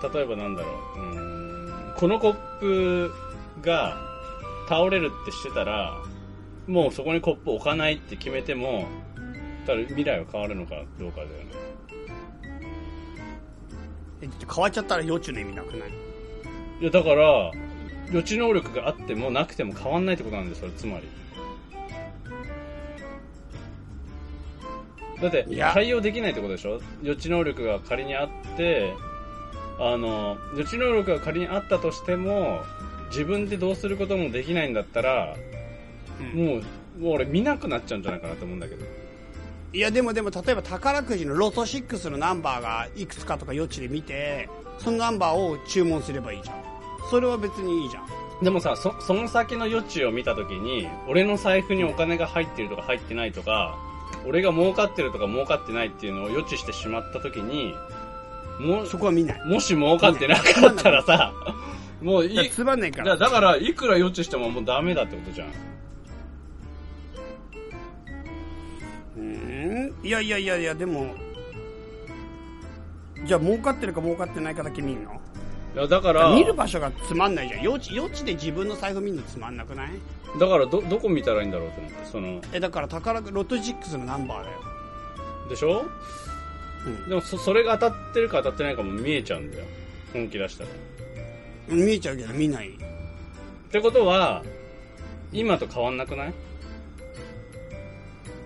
Speaker 2: た例えばなんだろううーんこのコップが倒れるってしてたらもうそこにコップ置かないって決めてもただ未来は変わるのかどうかだよね
Speaker 3: え変わっちゃったら予知の意味なくない
Speaker 2: いやだから予知能力があってもなくても変わんないってことなんですよそれつまりだって
Speaker 3: いや
Speaker 2: 対応できないってことでしょ予知能力が仮にあってあの予知能力が仮にあったとしても自分でどうすることもできないんだったら
Speaker 3: うん
Speaker 2: もうもう俺見なくなっちゃうんじゃないかなと思うんだけど
Speaker 3: いやでもでも例えば宝くじのロト6のナンバーがいくつかとか余地で見てそのナンバーを注文すればいいじゃんそれは別にいいじゃん
Speaker 2: でもさそその先の予知を見た時に俺の財布にお金が入ってるとか入ってないとか俺が儲かってるとか儲かってないっていうのを予知してしまった時にも
Speaker 3: そこは見ない
Speaker 2: もし儲かってなかったらさもうい
Speaker 3: だから
Speaker 2: い
Speaker 3: つまんないか
Speaker 2: だ
Speaker 3: ら
Speaker 2: だからいくら予知してももうダメだってことじゃん
Speaker 3: うーんいやいやいやいやでもじゃあ儲かってるか儲かってないかだけ見るの
Speaker 2: いやだから
Speaker 3: 見る場所がつまんないじゃん余地余地で自分の財布見るのつまんなくない
Speaker 2: だからどどこ見たらいいんだろうと思ってその
Speaker 3: えだから宝くロト6のナンバーだよ、
Speaker 2: でしょ
Speaker 3: うん
Speaker 2: でもそそれが当たってるか当たってないかも見えちゃうんだよ本気出したら
Speaker 3: うん、見えちゃうけど見ない
Speaker 2: ってことは今と変わんなくない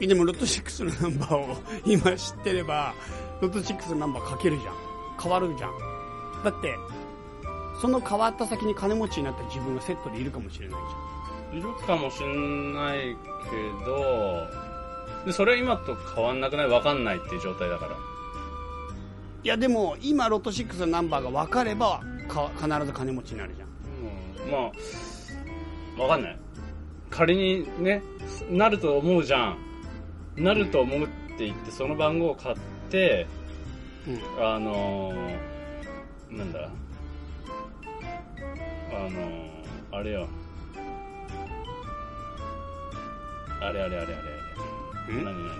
Speaker 3: でもロト6のナンバーを今知ってればロト6のナンバーかけるじゃん変わるじゃんだってその変わった先に金持ちになった自分がセットでいるかもしれないじ
Speaker 2: いるかもしんないけど、で、それは今と変わんなくないわかんないっていう状態だから。
Speaker 3: ゃんいやでも今ロト6のナンバーが分かればか必ず金持ちになるじゃん
Speaker 2: うん、まあ、わかんない。仮にね、なると思うじゃん。なると思うって言って、その番号を買って、
Speaker 3: うん
Speaker 2: あのー、なんだあのー、あれよ。あれあれあれあれあれ。
Speaker 3: ん
Speaker 2: 何何
Speaker 3: 買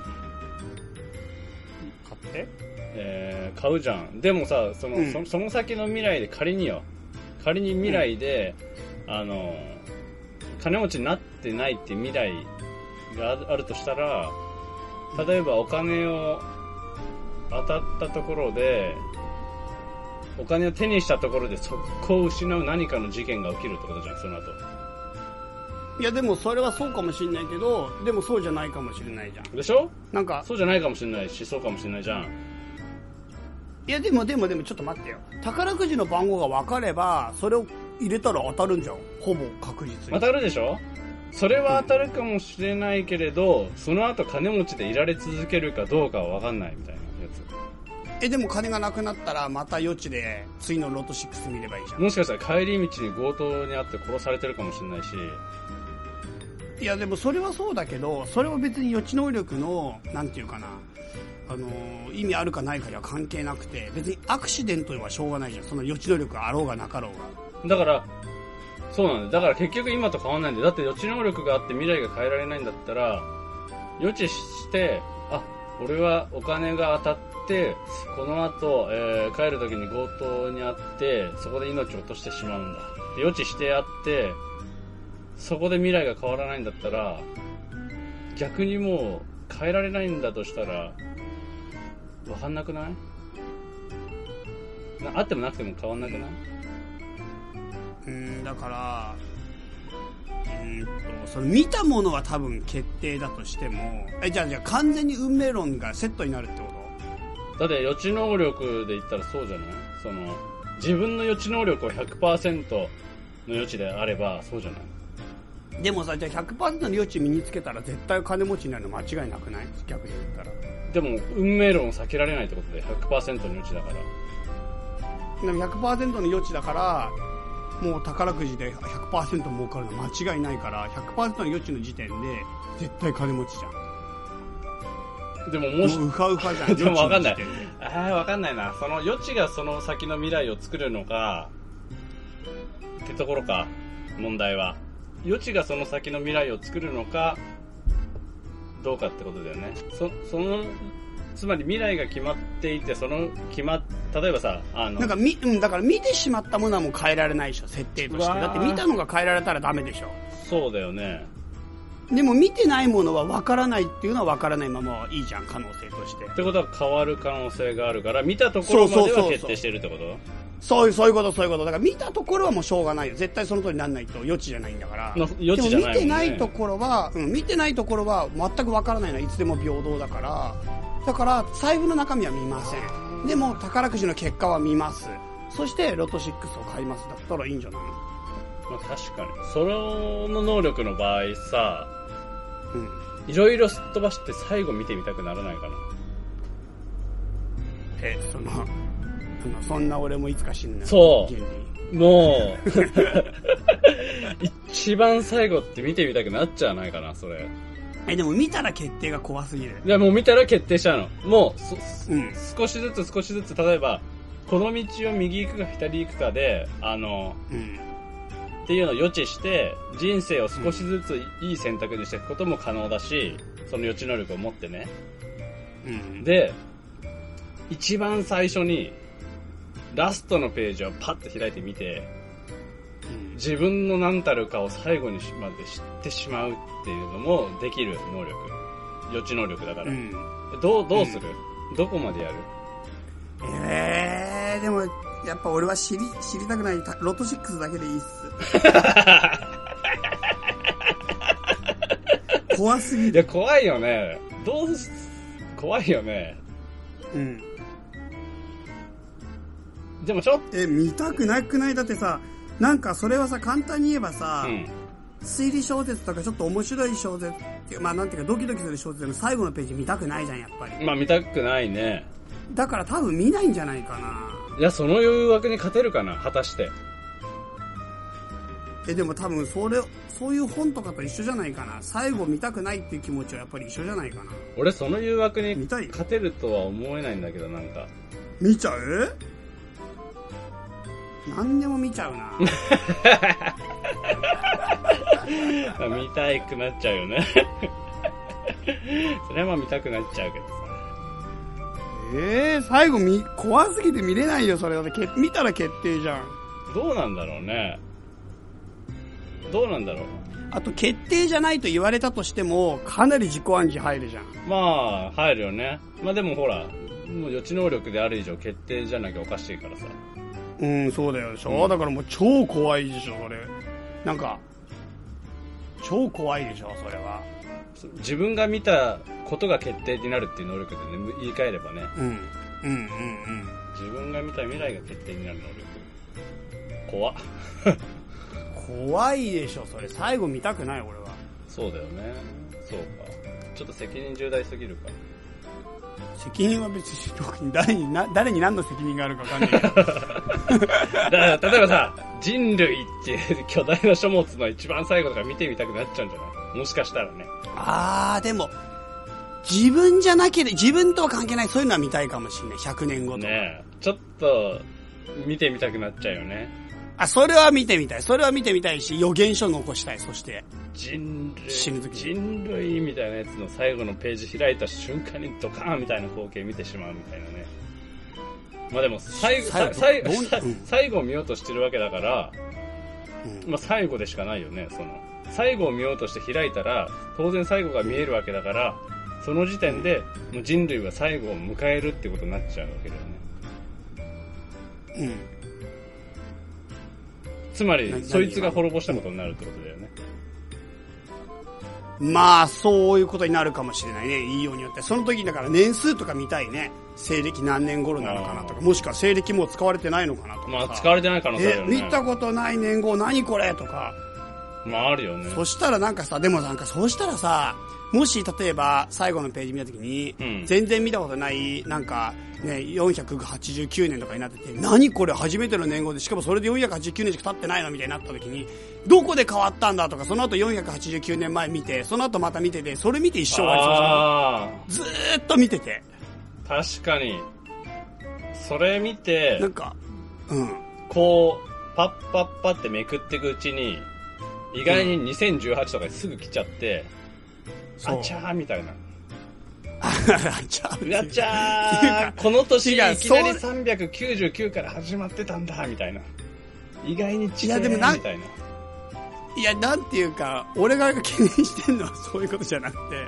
Speaker 3: って
Speaker 2: えー買うじゃんでもさその,、
Speaker 3: うん
Speaker 2: そその先の未来で仮によ仮に未来で、あの金持ちになってないっていう未来がああるとしたら例えばお金を当たったところでお金を手にしたところで速攻失う何かの事件が起きるってことじゃんその後
Speaker 3: いやでもそれはそうかもしれないけどでもそうじゃないかもしれないじゃん
Speaker 2: でしょ
Speaker 3: なんか
Speaker 2: そうじゃないかもしれないしそうかもしれないじゃん
Speaker 3: いやでもでもでもちょっと待ってよ宝くじの番号が分かればそれを入れたら当たるんじゃんほぼ確実
Speaker 2: 当
Speaker 3: に
Speaker 2: たるでしょそれは当たるかもしれないけれど、その後金持ちでいられ続けるかどうかは分かんないみたいなや
Speaker 3: えでも金がなくなったらまた余地で次のロト6見ればいいじゃ
Speaker 2: つもしかしたら帰り道に強盗にあって殺されてるかもしれないし
Speaker 3: んいやでもそれはそうだけどそれは別に予知能力のなんていうかなあのー意味あるかないかには関係なくて別にアクシデントはしょうがないじゃんその予知能力があろうがなかろうが
Speaker 2: だからそうなんだだから結局今と変わんないんだよだって予知能力があって未来が変えられないんだったら予知してあ俺はお金が当たってこの後、えー帰る時に強盗にあってそこで命を落としてしまうんだで予知してあってそこで未来が変わらないんだったら逆にもう変えられないんだとしたら分かんなくないなあってもなくても変わんなくない、
Speaker 3: うーんだからうーんとその見たものは多分決定だとしてもえじゃあじゃあ完全に運命論がセットになるってこ
Speaker 2: だ
Speaker 3: と
Speaker 2: って予知能力で言ったらそうじゃないその自分の予知能力を100%の予知であればそうじゃない
Speaker 3: でもさじゃあ100%の余地身につけたら絶対金持ちになるの間違いなくない逆に言ったら
Speaker 2: でも運命論を避けられないってことで100%の予知だから
Speaker 3: でも100%の余地だからもう宝くじで100%儲かるの間違いないから100%の余地の時点で絶対金持ちじゃん
Speaker 2: でももし
Speaker 3: もうウハウハじゃ
Speaker 2: <laughs>
Speaker 3: ん
Speaker 2: でもわかんない
Speaker 3: 余地の時点で
Speaker 2: ああわかんないなその予知がその先の未来を作るのかってところか問題は予知がその先の未来を作るのかどうかってことだよねそそのつまり未来が決まっていてその決まっ例えばさあの
Speaker 3: なんかみ、うん、だから見てしまったものはもう変えられないでしょ設定とし
Speaker 2: うわ
Speaker 3: て
Speaker 2: ー
Speaker 3: だって見たのが変えられたらダメでしょ
Speaker 2: そうだよね
Speaker 3: でも見てないものは分からないっていうのは分からないままいいじゃん可能性として
Speaker 2: ってことは変わる可能性があるから見たところまで
Speaker 3: そうそうそうそ
Speaker 2: は
Speaker 3: う
Speaker 2: 決定してるってこと
Speaker 3: そういうそういうことそういうことだから見たところはもうしょうがないよ絶対その通りにならないと余地じゃないんだから
Speaker 2: まあ余地じゃないもんね
Speaker 3: でも見てないところは、うん、見てないところは全くわからないのはいつでも平等だからだから財布の中身は見ませんでも宝くじの結果は見ますそしてロト6を買いますだったらいいんじゃない
Speaker 2: まあ、確かにその能力の場合さ
Speaker 3: の、うん、
Speaker 2: いろいろすっ飛ばして最後見てみたくならないかな
Speaker 3: えそのそのそんな俺もいつか死ぬな
Speaker 2: そう
Speaker 3: 原理
Speaker 2: もう一番最後って見てみたくなっちゃわないかなそれ
Speaker 3: えでも見たら決定が怖すぎる
Speaker 2: いやもう見たら決定しちゃうのもうそ
Speaker 3: うん
Speaker 2: 少しずつ少しずつ例えばこの道を右行くか左行くかであの
Speaker 3: うん
Speaker 2: っていうのを予知して人生を少しずついい選択にしていくことも可能だしその予知能力を持ってね
Speaker 3: うん
Speaker 2: で一番最初にラストのページをパッと開いてみて
Speaker 3: うん
Speaker 2: 自分の何たるかを最後にしまで知ってしまうっていうのもできる能力予知能力だから、
Speaker 3: うん
Speaker 2: どうどうする、どこまでやる
Speaker 3: えー、でも、やっぱ俺は知り、知りたくない、たロト6だけで
Speaker 2: <laughs>
Speaker 3: いいっす。怖すぎ
Speaker 2: い
Speaker 3: る。
Speaker 2: や怖いよねどうす怖いよね
Speaker 3: うん。
Speaker 2: でもちょっ
Speaker 3: え、見たくなくないだってさ、なんかそれはさ、簡単に言えばさ、
Speaker 2: と、うん、
Speaker 3: 推理小説とかちょっと面白い小説っていう、まあなんていうかドキドキする小説でも最後のページ見たくないじゃん、やっぱり。
Speaker 2: まあ見たくないね
Speaker 3: だから多分見ないんじゃないかな。
Speaker 2: いやその誘惑に勝てるかな果たして
Speaker 3: え、でも多分それ、そういう本とかと一緒じゃないかな。最後見たくないっていう気持ちはやっぱり一緒じゃないかな。
Speaker 2: 俺その誘惑に
Speaker 3: 見たい
Speaker 2: 勝てるとは思えないんだけどなんか
Speaker 3: 見ちゃう何でも見ちゃうな
Speaker 2: 見たいくなっちゃう <laughs> よねそれはまあ見たくなっちゃうけどさ
Speaker 3: <laughs> えー、最後み、怖すぎて見れないよ、それ。だってけ見たら決定じゃん。
Speaker 2: どうなんだろうね。どうなんだろう。
Speaker 3: あと、決定じゃないと言われたとしても、かなり自己暗示入るじゃん。
Speaker 2: まあ、入るよね。まあでもほら、もう予知能力である以上決定じゃなきゃおかしいからさ。
Speaker 3: うん、そうだよでしょ、だからもう超怖いでしょ、それ。なんか、超怖いでしょ、それは。
Speaker 2: 自分が見たことが決定になるっていう能力でね、言い換えればね。
Speaker 3: うん。うんうんうん。
Speaker 2: 自分が見た未来が決定になる能力。怖っ
Speaker 3: 怖いでしょ、それ。最後見たくない、俺は。
Speaker 2: そうだよね。そうか。ちょっと責任重大すぎるか。
Speaker 3: 責任は別に特に誰にな、誰に何の責任があるかわかんないけど。
Speaker 2: だから例えばさ、人類っていう巨大な書物の一番最後とか見てみたくなっちゃうんじゃないもしかしたらね。
Speaker 3: <laughs> あー、でも、自分じゃなければ、自分とは関係ない、そういうのは見たいかもしれない。100年後とか。
Speaker 2: ねえ、ちょっと、見てみたくなっちゃうよね。
Speaker 3: あ、それは見てみたい。それは見てみたいし、予言書残したい。そして、
Speaker 2: 人類、
Speaker 3: 死ぬ時に
Speaker 2: 人類みたいなやつの最後のページ開いた瞬間にドカーンみたいな光景見てしまうみたいなね。まあでも、最後、さ
Speaker 3: 最
Speaker 2: 最
Speaker 3: 後
Speaker 2: 後、
Speaker 3: どううん
Speaker 2: 最後を見ようとしてるわけだから、まあ最後でしかないよね、その。最後を見ようとして開いたら、当然最後が見えるわけだから、その時点で、もう人類は最後を迎えるってことになっちゃうわけだよね。
Speaker 3: うん。
Speaker 2: つま
Speaker 3: な
Speaker 2: り、そいつが滅ぼしたことになるってことだよね。
Speaker 3: うん。まあ、そういうことになるかもしれないね。いいようによって。その時、だから年数とか見たいね。西暦何年頃なのかなとか、もしくは西暦もう使われてないのかなとか。
Speaker 2: まあ、使われてない可能性ある
Speaker 3: え
Speaker 2: よ、ね。
Speaker 3: 見たことない年号何これとか。
Speaker 2: まあ、あるよね。
Speaker 3: そしたらなんかさ、でもなんかそうしたらさ、もし例えば最後のページ見たときに、
Speaker 2: うん
Speaker 3: 全然見たことない、なんかね、489年とかになってて、何これ初めての年号で、しかもそれで489年しか経ってないのみたいになったときに、どこで変わったんだとか、その後489年前見て、その後また見てて、それ見て一生終わ
Speaker 2: あ
Speaker 3: りそうじゃんずーっと見てて、
Speaker 2: あー、確かに。それ見て
Speaker 3: な、んか、うん。
Speaker 2: こう、パッパッパってめくっていくうちに、意外に2018とかにすぐ来ちゃって、<laughs>
Speaker 3: そう
Speaker 2: あちゃーみたいな。
Speaker 3: <laughs> あちゃ
Speaker 2: うわちゃ
Speaker 3: っていうか
Speaker 2: ーこの年いき
Speaker 3: 違
Speaker 2: な
Speaker 3: う
Speaker 2: り399から始まってたんだみたいな。意外に違
Speaker 3: いうやでも
Speaker 2: み
Speaker 3: な
Speaker 2: た
Speaker 3: ん
Speaker 2: いな。
Speaker 3: いや、なんていうか、俺が懸念してるのは <laughs> そういうことじゃなくて、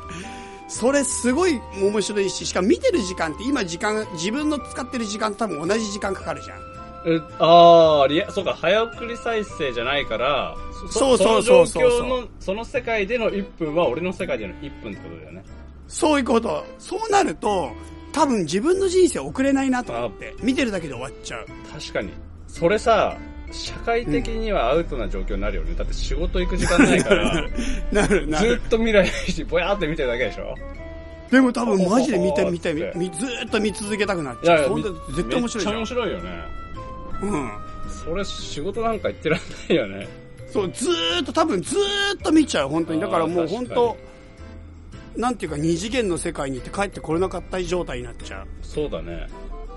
Speaker 3: それすごい面白いし、しかも見てる時間って今時間、自分の使ってる時間と多分同じ時間かかるじゃん。
Speaker 2: えああ、リア、そうか、早送り再生じゃないから、
Speaker 3: そうそうそう
Speaker 2: そ
Speaker 3: そ
Speaker 2: の
Speaker 3: う
Speaker 2: 状況の、その世界での1分は俺の世界での1分ってことだよね。
Speaker 3: そういうこと。そうなると、多分自分の人生遅れないなと思って、見てるだけで終わっちゃう。 <laughs>
Speaker 2: 確かに。それさ、社会的にはアウトな状況になるよね。だって仕事行く時間 <laughs> ないから、
Speaker 3: なるな
Speaker 2: ず
Speaker 3: る。
Speaker 2: っと未来にぼやーって見てるだけでしょ
Speaker 3: でも多分マジで見て見て、
Speaker 2: ほほほほ
Speaker 3: みずーっと見続けたくなっちゃう。そんな絶対面白いじゃ
Speaker 2: めっ
Speaker 3: ん。
Speaker 2: ちゃ面白いよね。
Speaker 3: うん。
Speaker 2: それ仕事なんか行ってらんないよね。
Speaker 3: そう、ずーっと、多分ずーっと見ちゃう、本当に。だからも
Speaker 2: あ
Speaker 3: う
Speaker 2: ー
Speaker 3: 本
Speaker 2: 確かに
Speaker 3: 当、なんていうか、二次元の世界に行って帰ってこれなかった状態になっちゃう。
Speaker 2: そうだね。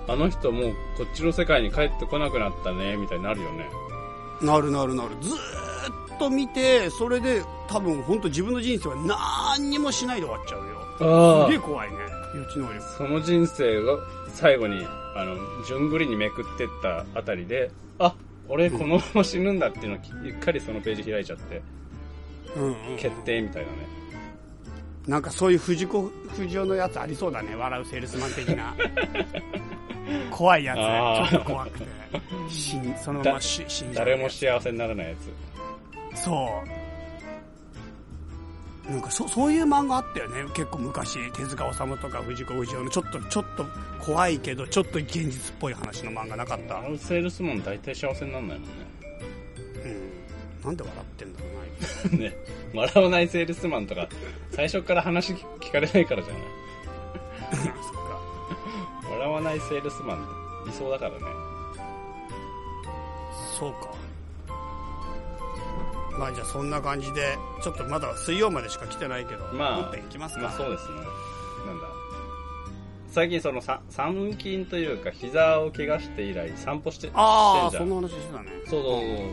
Speaker 2: あの人もうこっちの世界に帰ってこなくなったね、みたいになるよね。
Speaker 3: なるなるなる。ずーっと見て、それで多分本当自分の人生は何にもしないで終わっちゃうよ。
Speaker 2: あ
Speaker 3: すげえ怖いね、予知能力。
Speaker 2: その人生を最後に、あの、順繰りにめくってったあたりで、あ、俺このまま死ぬんだっていうのをきゆっかりそのページ開いちゃって、
Speaker 3: うん、うん。
Speaker 2: 決定みたいなね。
Speaker 3: なんかそういう藤子不二雄のやつありそうだね。笑うセールスマン的
Speaker 2: <laughs>
Speaker 3: な。怖いや
Speaker 2: あー
Speaker 3: つ。ちょっと怖くて。死に、そのまま死死んじゃう
Speaker 2: 誰
Speaker 3: やつ
Speaker 2: も幸せにならないやつ。
Speaker 3: そう。なんかそそういう漫画あったよね結構昔手塚治虫とか藤子不二雄のちょっとちょっと怖いけどちょっと現実っぽい話の漫画なかった、
Speaker 2: あのセールスマン大体幸せにならないもん <laughs>
Speaker 3: うん、なんで笑ってんだろう
Speaker 2: ね。ね。笑わないセールスマンとか、最初から話聞かれないからじゃない。
Speaker 3: な <laughs> そっか
Speaker 2: 笑わないセールスマンっていそうだからね。
Speaker 3: そうかまあじゃあそんな感じでちょっとまだ水曜までしか来てないけど、
Speaker 2: まあ
Speaker 3: もっと行きますか、
Speaker 2: まあそうですね。なんだ。最近そのさ三筋というか膝を怪我して以来散歩して、
Speaker 3: ああ
Speaker 2: して
Speaker 3: そ
Speaker 2: ん
Speaker 3: ん
Speaker 2: じゃん。
Speaker 3: な話してたね
Speaker 2: そうそうそうそう。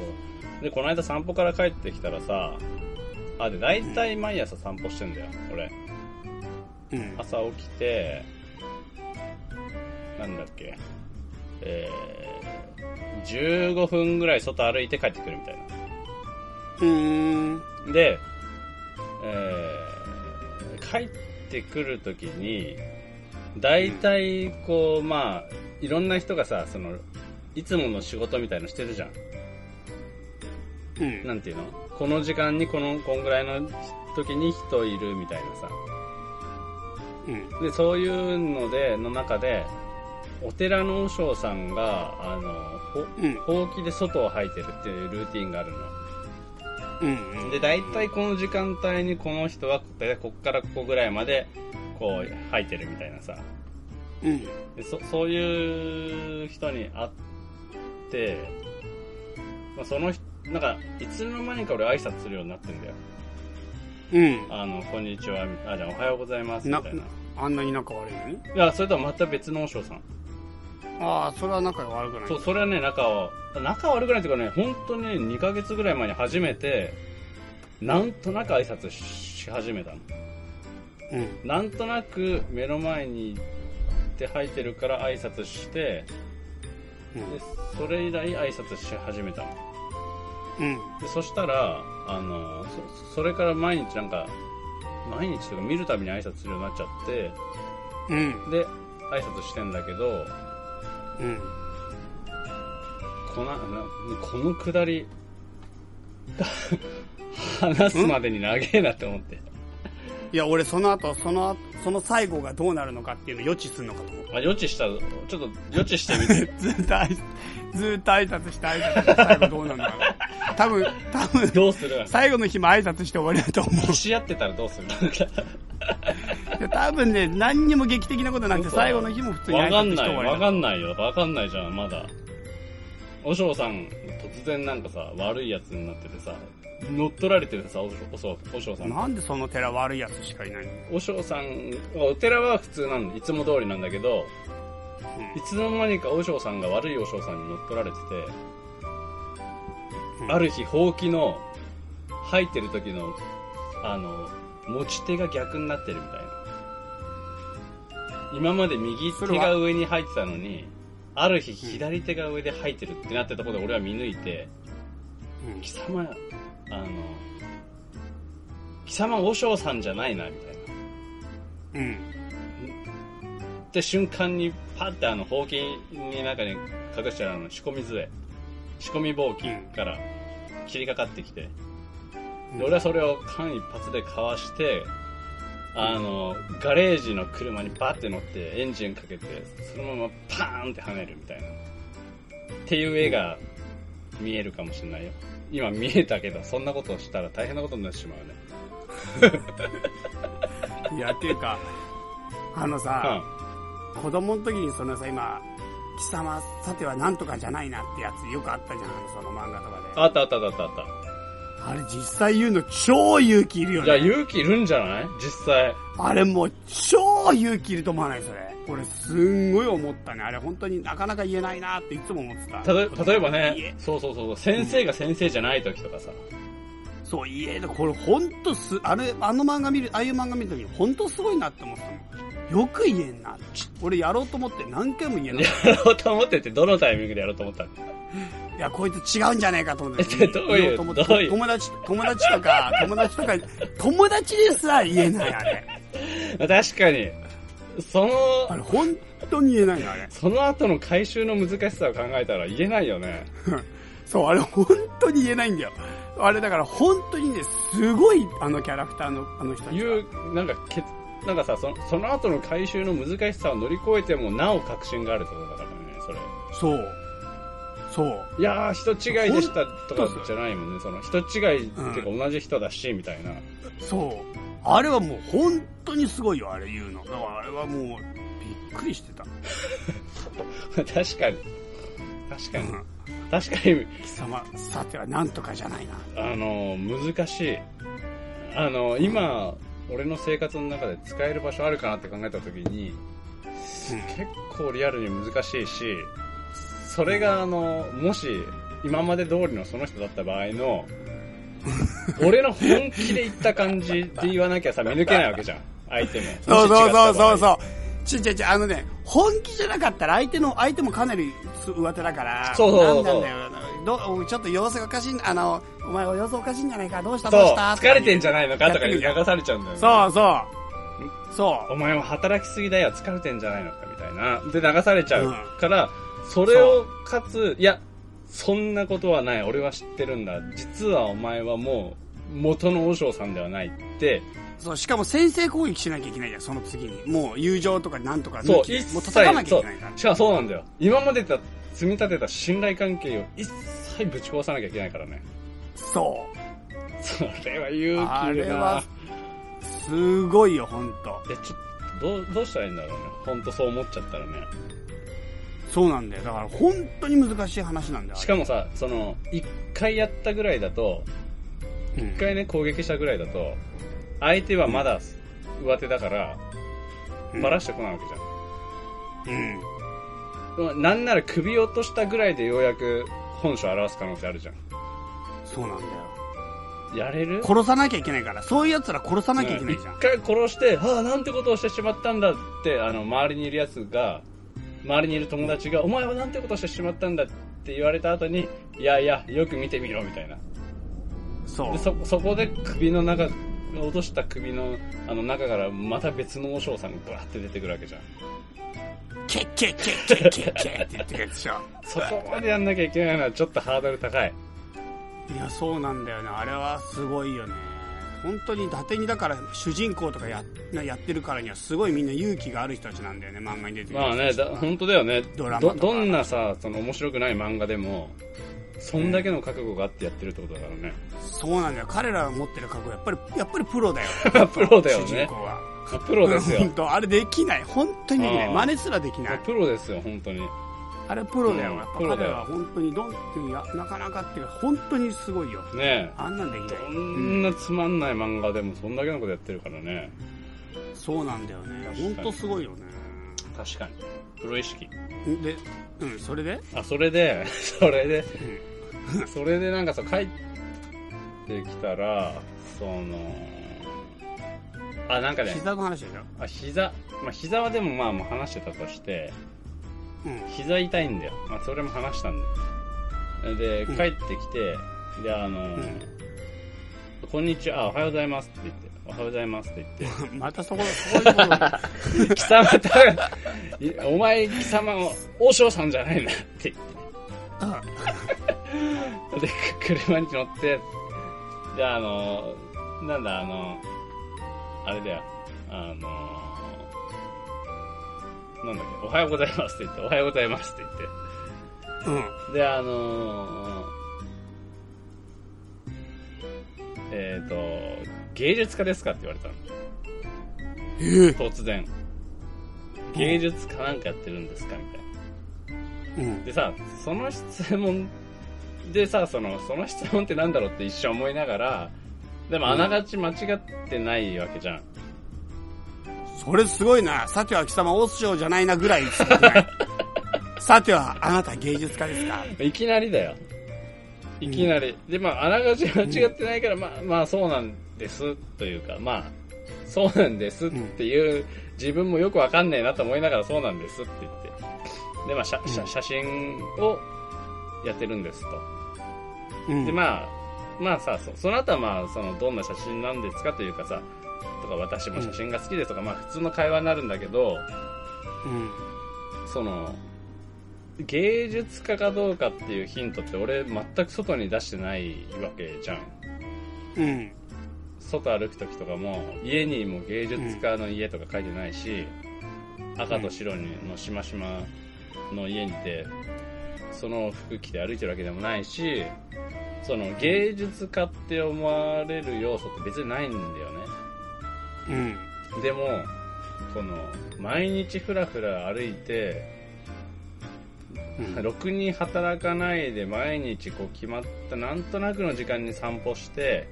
Speaker 2: で、この間散歩から帰ってきたらさ、あ、で、大体毎朝散歩してんだよ、俺。
Speaker 3: うん
Speaker 2: 朝起きて、なんだっけ、えー、15分ぐらい外歩いて帰ってくるみたいな。
Speaker 3: うーん。
Speaker 2: で、えー帰ってくるときに、大体こう、まあ、いろんな人がさ、その、いつもの仕事みたいのしてるじゃん。
Speaker 3: うん。
Speaker 2: なんていうのこの時間にこの、こんぐらいの時に人いるみたいなさ。
Speaker 3: うん。
Speaker 2: で、そういうので、の中で、お寺の和尚さんが、あの、
Speaker 3: うん。
Speaker 2: ほ、ほうきで外を吐いてるっていうルーティンがあるの。
Speaker 3: うん。
Speaker 2: で大体この時間帯にこの人は大体こっからここぐらいまでこう吐いてるみたいなさ
Speaker 3: うん。
Speaker 2: でそそういう人に会って、まあ、その人なんかいつの間にか俺挨拶するようになってんだよ
Speaker 3: うん。
Speaker 2: あのこんにちはみあじゃあおはようございますみ
Speaker 3: な
Speaker 2: たいな、
Speaker 3: あんなに仲悪いのに
Speaker 2: いやそれとはまた別の和尚さん
Speaker 3: ああ、それは仲悪くない。
Speaker 2: そうそれはね仲を仲悪くないっていうかね本当にね2ヶ月ぐらい前に初めてなんとなく挨拶し始めたの
Speaker 3: うん。
Speaker 2: なんとなく目の前に手入ってるから挨拶してでそれ以来挨拶し始めたの
Speaker 3: うん。
Speaker 2: でそしたらあのそそれから毎日なんか毎日というか見るたびに挨拶するようになっちゃって
Speaker 3: うん。
Speaker 2: で挨拶してんだけど
Speaker 3: うん。
Speaker 2: こななこのくだり <laughs> 話すまでに長えなって思って
Speaker 3: いや、俺その後、その、その最後がどうなるのかっていうの予知するのかと思う。
Speaker 2: あ予知したちょっと予知してみて
Speaker 3: <laughs> ずっと挨拶、ずっと挨拶して挨拶して最後どうなる <laughs> のかな。多分、多分、
Speaker 2: どうする <laughs>
Speaker 3: 最後の日も挨拶して終わりだと思
Speaker 2: 押し合ってたらどうする <laughs>
Speaker 3: う。で多分ね、何にも劇的なことなんて最後の日も普通に挨
Speaker 2: わか
Speaker 3: 拶
Speaker 2: ん
Speaker 3: して
Speaker 2: ない、
Speaker 3: 終わり
Speaker 2: わ
Speaker 3: だ
Speaker 2: かんないよ。わかんないじゃん、まだ。おしょうさん、突然なんかさ、悪いやつになっててさ、乗っ取られてるさ、おしょおしょうおしょうさん。
Speaker 3: なんでその寺悪いやつしかいないの
Speaker 2: おしょうさん、お寺は普通なんいつも通りなんだけど、
Speaker 3: うん
Speaker 2: いつの間にかおしょうさんが悪いおしょうさんに乗っ取られてて、
Speaker 3: うん
Speaker 2: ある日、ほうきの、吐いてる時の、あの、持ち手が逆になってるみたいな。今まで右手が上に入ってたのに、ある日左手が上で入ってるってなってたことで俺は見抜いて、貴様、あの、貴様和尚さんじゃないな、みたいな。
Speaker 3: うん。うん。
Speaker 2: って瞬間にパッてあのほうきに中に隠してあるあの仕込み杖仕込みぼうきから切りかかってきて、で俺はそれを間一髪でかわしてあのガレージの車にバッて乗ってエンジンかけてそのままパーンって跳ねるみたいなっていう絵が見えるかもしれないよ今見えたけどそんなことをしたら大変なことになってしまうね
Speaker 3: いや、っていうか、あのさ、子供の時にそのさ、今、貴様、さてはなんとかじゃないなってやつよくあったじゃん、その漫画とかで。
Speaker 2: あったあったあったあった
Speaker 3: あれ実際言うの超勇気いるよ
Speaker 2: じゃあ
Speaker 3: ね。
Speaker 2: 勇気いるんじゃない実際
Speaker 3: あれもう超勇気いると思わない、それ。俺すんごい思ったね。あれ本当になかなか言えないなっていつも思ってた。
Speaker 2: たと例えば
Speaker 3: 言え
Speaker 2: ね、そうそうそうそう、先生が先生じゃない時とかさ、 <laughs>
Speaker 3: そう、言える。これ本当す、あれ、あの漫画見る、ああいう漫画見るときに本当すごいなって思ったの。よく言えんなって。俺やろうと思って何回も言えない。
Speaker 2: やろうと思ってて、どのタイミングでやろうと思ったの
Speaker 3: いや、こいつ違うんじゃねえかと思って。
Speaker 2: えどういう
Speaker 3: 言おと思って
Speaker 2: どういう
Speaker 3: 友達、友達とか、友達とか、友達ですら言えない、あれ。
Speaker 2: 確かに、その、
Speaker 3: あれ、本当に言えないの、あれ。
Speaker 2: その後の回収の難しさを考えたら言えないよね。
Speaker 3: そう、あれ、本当に言えないんだよ。あれ、だから、本当にね、すごい、あのキャラクターの、あの人たち
Speaker 2: い
Speaker 3: は
Speaker 2: う、なんか、けなんかさそ、その後の回収の難しさを乗り越えても、なお確信があるってことだからね、それ。
Speaker 3: そう。そう。
Speaker 2: いやー、人違いでしたとかじゃないもんね、その、人違いっていうか同じ人だし、みたいな。 <laughs>
Speaker 3: そう。あれはもう、本当にすごいよ、あれ言うの。だから、あれはもう、びっくりしてた。
Speaker 2: 確かに。確か
Speaker 3: う
Speaker 2: に。
Speaker 3: ん
Speaker 2: 確かに、
Speaker 3: 貴様、さてはなんとかじゃないな。
Speaker 2: あの、難しい。あの、今、俺の生活の中で使える場所あるかなって考えた時に、結構リアルに難しいし、それがあの、もし、今まで通りのその人だった場合の、俺の本気で言った感じで言わなきゃさ、見抜けないわけじゃん。相手も。
Speaker 3: そうそうそうそう
Speaker 2: う。
Speaker 3: そう。ちっちゃいちゃい、あのね、本気じゃなかったら相手の相手もかなり上手だから
Speaker 2: そうそうそう
Speaker 3: なんなんだよどうちょっと様子がおかしいんあのお前は様子おかしいんじゃないかどうした
Speaker 2: そ
Speaker 3: どう
Speaker 2: う、
Speaker 3: した
Speaker 2: 疲れてんじゃないのかとか
Speaker 3: やってみ
Speaker 2: 流
Speaker 3: る
Speaker 2: されちゃうんだよね。
Speaker 3: そうそうそ
Speaker 2: お前も働きすぎだよ、疲れてんじゃないのかみたいな。で、流されちゃうから、それを、かつ、いや、そんなことはない、俺は知ってるんだ。実はお前はもう、元の和尚さんではないって、
Speaker 3: うそうしかも先制攻撃しなきゃいけないじゃんその次にもう友情とかなんとか
Speaker 2: そう
Speaker 3: 抜、き
Speaker 2: 一
Speaker 3: もう
Speaker 2: 切、
Speaker 3: 叩かなきゃ
Speaker 2: そ
Speaker 3: いうけないから、
Speaker 2: しかもそうなんだよ。今までた積み立てた信頼関係を一切ぶち壊さなきゃいけないからね。
Speaker 3: そ
Speaker 2: それは勇
Speaker 3: あ
Speaker 2: 気い
Speaker 3: れ
Speaker 2: るな
Speaker 3: は。うすごいよ本当
Speaker 2: いや、ちょっと、どう、どうしたらいいんだろうね。ほんとそう思っちゃったらね。
Speaker 3: そうなんだよだから本当に難しい話なんだよ
Speaker 2: しかもさ、その、一回やったぐらいだと、
Speaker 3: うん
Speaker 2: 一回ね、攻撃したぐらいだと、相手はまだ上手だから、
Speaker 3: うん
Speaker 2: バラしてこないわけじ
Speaker 3: うん
Speaker 2: ゃん。なんなら首落としたぐらいでようやく本性を表す可能性あるじゃん。
Speaker 3: そうなんだよ
Speaker 2: やれる
Speaker 3: 殺さなきゃいけないからそういうやつら殺さなきゃいけないじゃん
Speaker 2: 一回殺して、ああ、なんてことをしてしまったんだって、あの、周りにいるやつが、周りにいる友達が、お前はなんてことをしてしまったんだって言われた後に、いやいや、よく見てみろ、みたいな。
Speaker 3: そう
Speaker 2: でそそこで首の中落とした首のあの中からまた別の和尚さんがバーって出てくるわけじゃん
Speaker 3: ケッケッケッケッケッケッって言ってくるやつでしょ
Speaker 2: そこまでやんなきゃいけないのはちょっとハードル高い
Speaker 3: いやそうなんだよねあれはすごいよね本当に伊達にだから主人公とかややってるからにはすごいみんな勇気がある人たちなんだよね漫画に出てる人
Speaker 2: まあね
Speaker 3: たち
Speaker 2: だ
Speaker 3: は
Speaker 2: 本当だよね
Speaker 3: ドラマと
Speaker 2: ど
Speaker 3: か
Speaker 2: どんなさその面白くない漫画でもそんだけの覚悟があってやってるってことだからね、
Speaker 3: そうなんだよ彼らが持ってる覚悟やっぱりやっぱりプロだよ
Speaker 2: プロだよね
Speaker 3: 主人公は
Speaker 2: まあプロですよ
Speaker 3: 本当あれできない本当にできな
Speaker 2: う
Speaker 3: い
Speaker 2: ん
Speaker 3: 真似すらでき
Speaker 2: ま
Speaker 3: な
Speaker 2: あ
Speaker 3: い
Speaker 2: プロですよ本当に
Speaker 3: あれプロだよ、
Speaker 2: うん
Speaker 3: やっぱ
Speaker 2: プロだ
Speaker 3: 彼
Speaker 2: よ
Speaker 3: らは本当にどんっていうやなかなかっていうか本当にすごいよ
Speaker 2: ね
Speaker 3: あんなんでき
Speaker 2: え
Speaker 3: ない
Speaker 2: どんなつまんない漫画でもそんだけのことやってるからね
Speaker 3: そうなんだよ
Speaker 2: 確
Speaker 3: ね
Speaker 2: かに
Speaker 3: 本当すごいよね
Speaker 2: 確かにプロ意識
Speaker 3: でうんそれで
Speaker 2: あそれで <laughs> それでそれでなんかさ帰ってきたらそのあなんかね
Speaker 3: 膝の話でしょ
Speaker 2: あ膝まあ膝はでもまあもう話してたとして
Speaker 3: うん
Speaker 2: 膝痛いんだよまあそれも話したんだよで
Speaker 3: うん
Speaker 2: 帰ってきて、であの、こんにちはあおはようございます」って言って「おはようございます」って言っ <laughs>
Speaker 3: またそこ、そこに戻る
Speaker 2: て「貴様たお前貴様を和尚さんじゃないな」って言ってで、く車に乗って、で、あの、なんだ、あの、あれだよ、あの、なんだっけ、おはようございますって言って、おはようございますって言
Speaker 3: うん。
Speaker 2: って、で、あの、えっ、と、芸術家ですかって言われた
Speaker 3: ええ
Speaker 2: の、突然。芸術家なんかやってるんですかみたいな。
Speaker 3: うん。
Speaker 2: でさ、その質問でさ、その、その質問ってなんだろうって一瞬思いながら、でもあながち間違ってないわけじゃん。
Speaker 3: それすごいな。さては貴様、オスショーじゃないなぐらいすごくない
Speaker 2: <laughs>
Speaker 3: さては、あなた芸術家ですか
Speaker 2: いきなりだよ。いきなり。で、まあ、あながち間違ってないから、まあ、まあ、そうなんです、というか、まあ、そうなんですっていう、自分もよくわかんねえなと思いながら、そうなんですって言って。で、まあ、写写写真をやってるんですと。
Speaker 3: うん。
Speaker 2: でまあまあさそその後はまあそのどんな写真なんですかというかさとか私も写真が好きですとか、まあ普通の会話になるんだけど
Speaker 3: うん。
Speaker 2: その芸術家かどうかっていうヒントって俺全く外に出してないわけじゃん
Speaker 3: うん。
Speaker 2: 外歩く時とかも家にも芸術家の家とか書いてないし、赤と白のしましまの家にてその服着て歩いてるわけでもないしその芸術家って思われる要素って別にないんだよね
Speaker 3: うん。
Speaker 2: でもこの毎日ふらふら歩いて
Speaker 3: うん
Speaker 2: ろくに働かないで毎日こう決まったなんとなくの時間に散歩して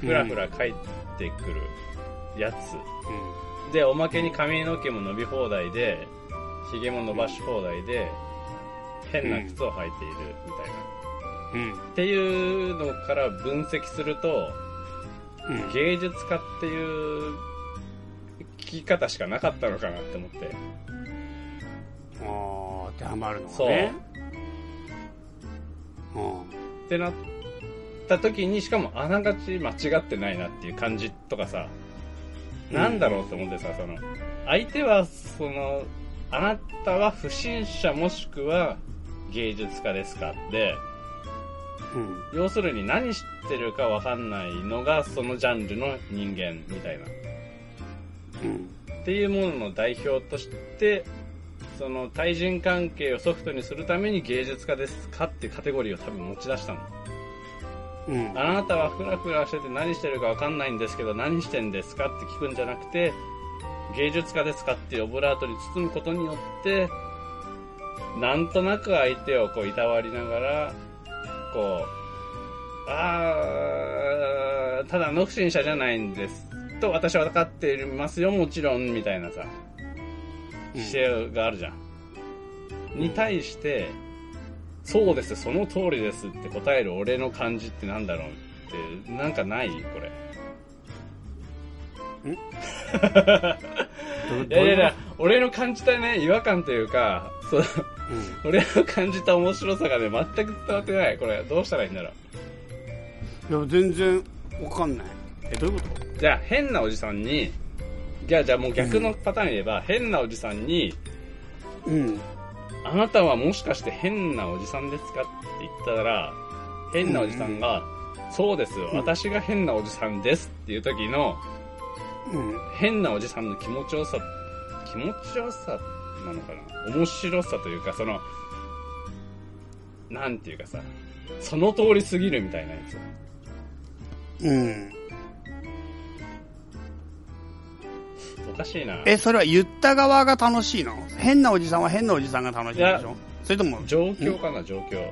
Speaker 2: ふらふら帰ってくるやつ、でおまけに髪の毛も伸び放題でひげも伸ばし放題で変な靴を履いているみたいな、
Speaker 3: うん。
Speaker 2: っていうのから分析すると
Speaker 3: うん。うん。
Speaker 2: 芸術家っていう聞き方しかなかったのかなって思って
Speaker 3: てはまるの
Speaker 2: そう
Speaker 3: がね。うん
Speaker 2: ってなった時にしかもあながち間違ってないなっていう感じとかさなんだろうって思ってさその相手はそのあなたは不審者もしくは芸術家ですかって
Speaker 3: うん
Speaker 2: 要するに何してるかわかんないのがそのジャンルの人間みたいな
Speaker 3: うん
Speaker 2: っていうものの代表としてその対人関係をソフトにするために芸術家ですかっていうカテゴリーを多分持ち出したの
Speaker 3: うん
Speaker 2: あなたはフラフラしてて何してるかわかんないんですけど何してんですかって聞くんじゃなくて芸術家ですかっていうオブラートに包むことによってなんとなく相手をこういたわりながらこうあーただの不審者じゃないんですと私は分かっていますよもちろんみたいなさ
Speaker 3: うん
Speaker 2: 姿勢があるじゃん、に対してそうですその通りですって答える俺の感じってなんだろうってなんかないこれいやいや
Speaker 3: ど
Speaker 2: い
Speaker 3: どう
Speaker 2: や俺の感じたね違和感というかそう <laughs>
Speaker 3: うん
Speaker 2: 俺の感じた面白さがね全く伝わってないこれどうしたらいいんだろう
Speaker 3: いや全然わかんないえどういうこ
Speaker 2: じゃあ変なおじさんにじゃあじゃあもう逆のパターン言えば、変なおじさんに
Speaker 3: とうん
Speaker 2: あなたはもしかして変なおじさんですかって言ったら、変なおじさんが、そうです、
Speaker 3: ん
Speaker 2: 私が変なおじさんですっていう時の、
Speaker 3: うん
Speaker 2: 変なおじさんの気持ちよさ、気持ちよさなのかな面白さというか、その、なんていうかさ、その通りすぎるみたいなやつ。
Speaker 3: うん
Speaker 2: おかしいな。
Speaker 3: えそれは言った側が楽しいの変なおじさんは変なおじさんが楽しいんでし
Speaker 2: い
Speaker 3: ょそれとも
Speaker 2: 状況かな、状況。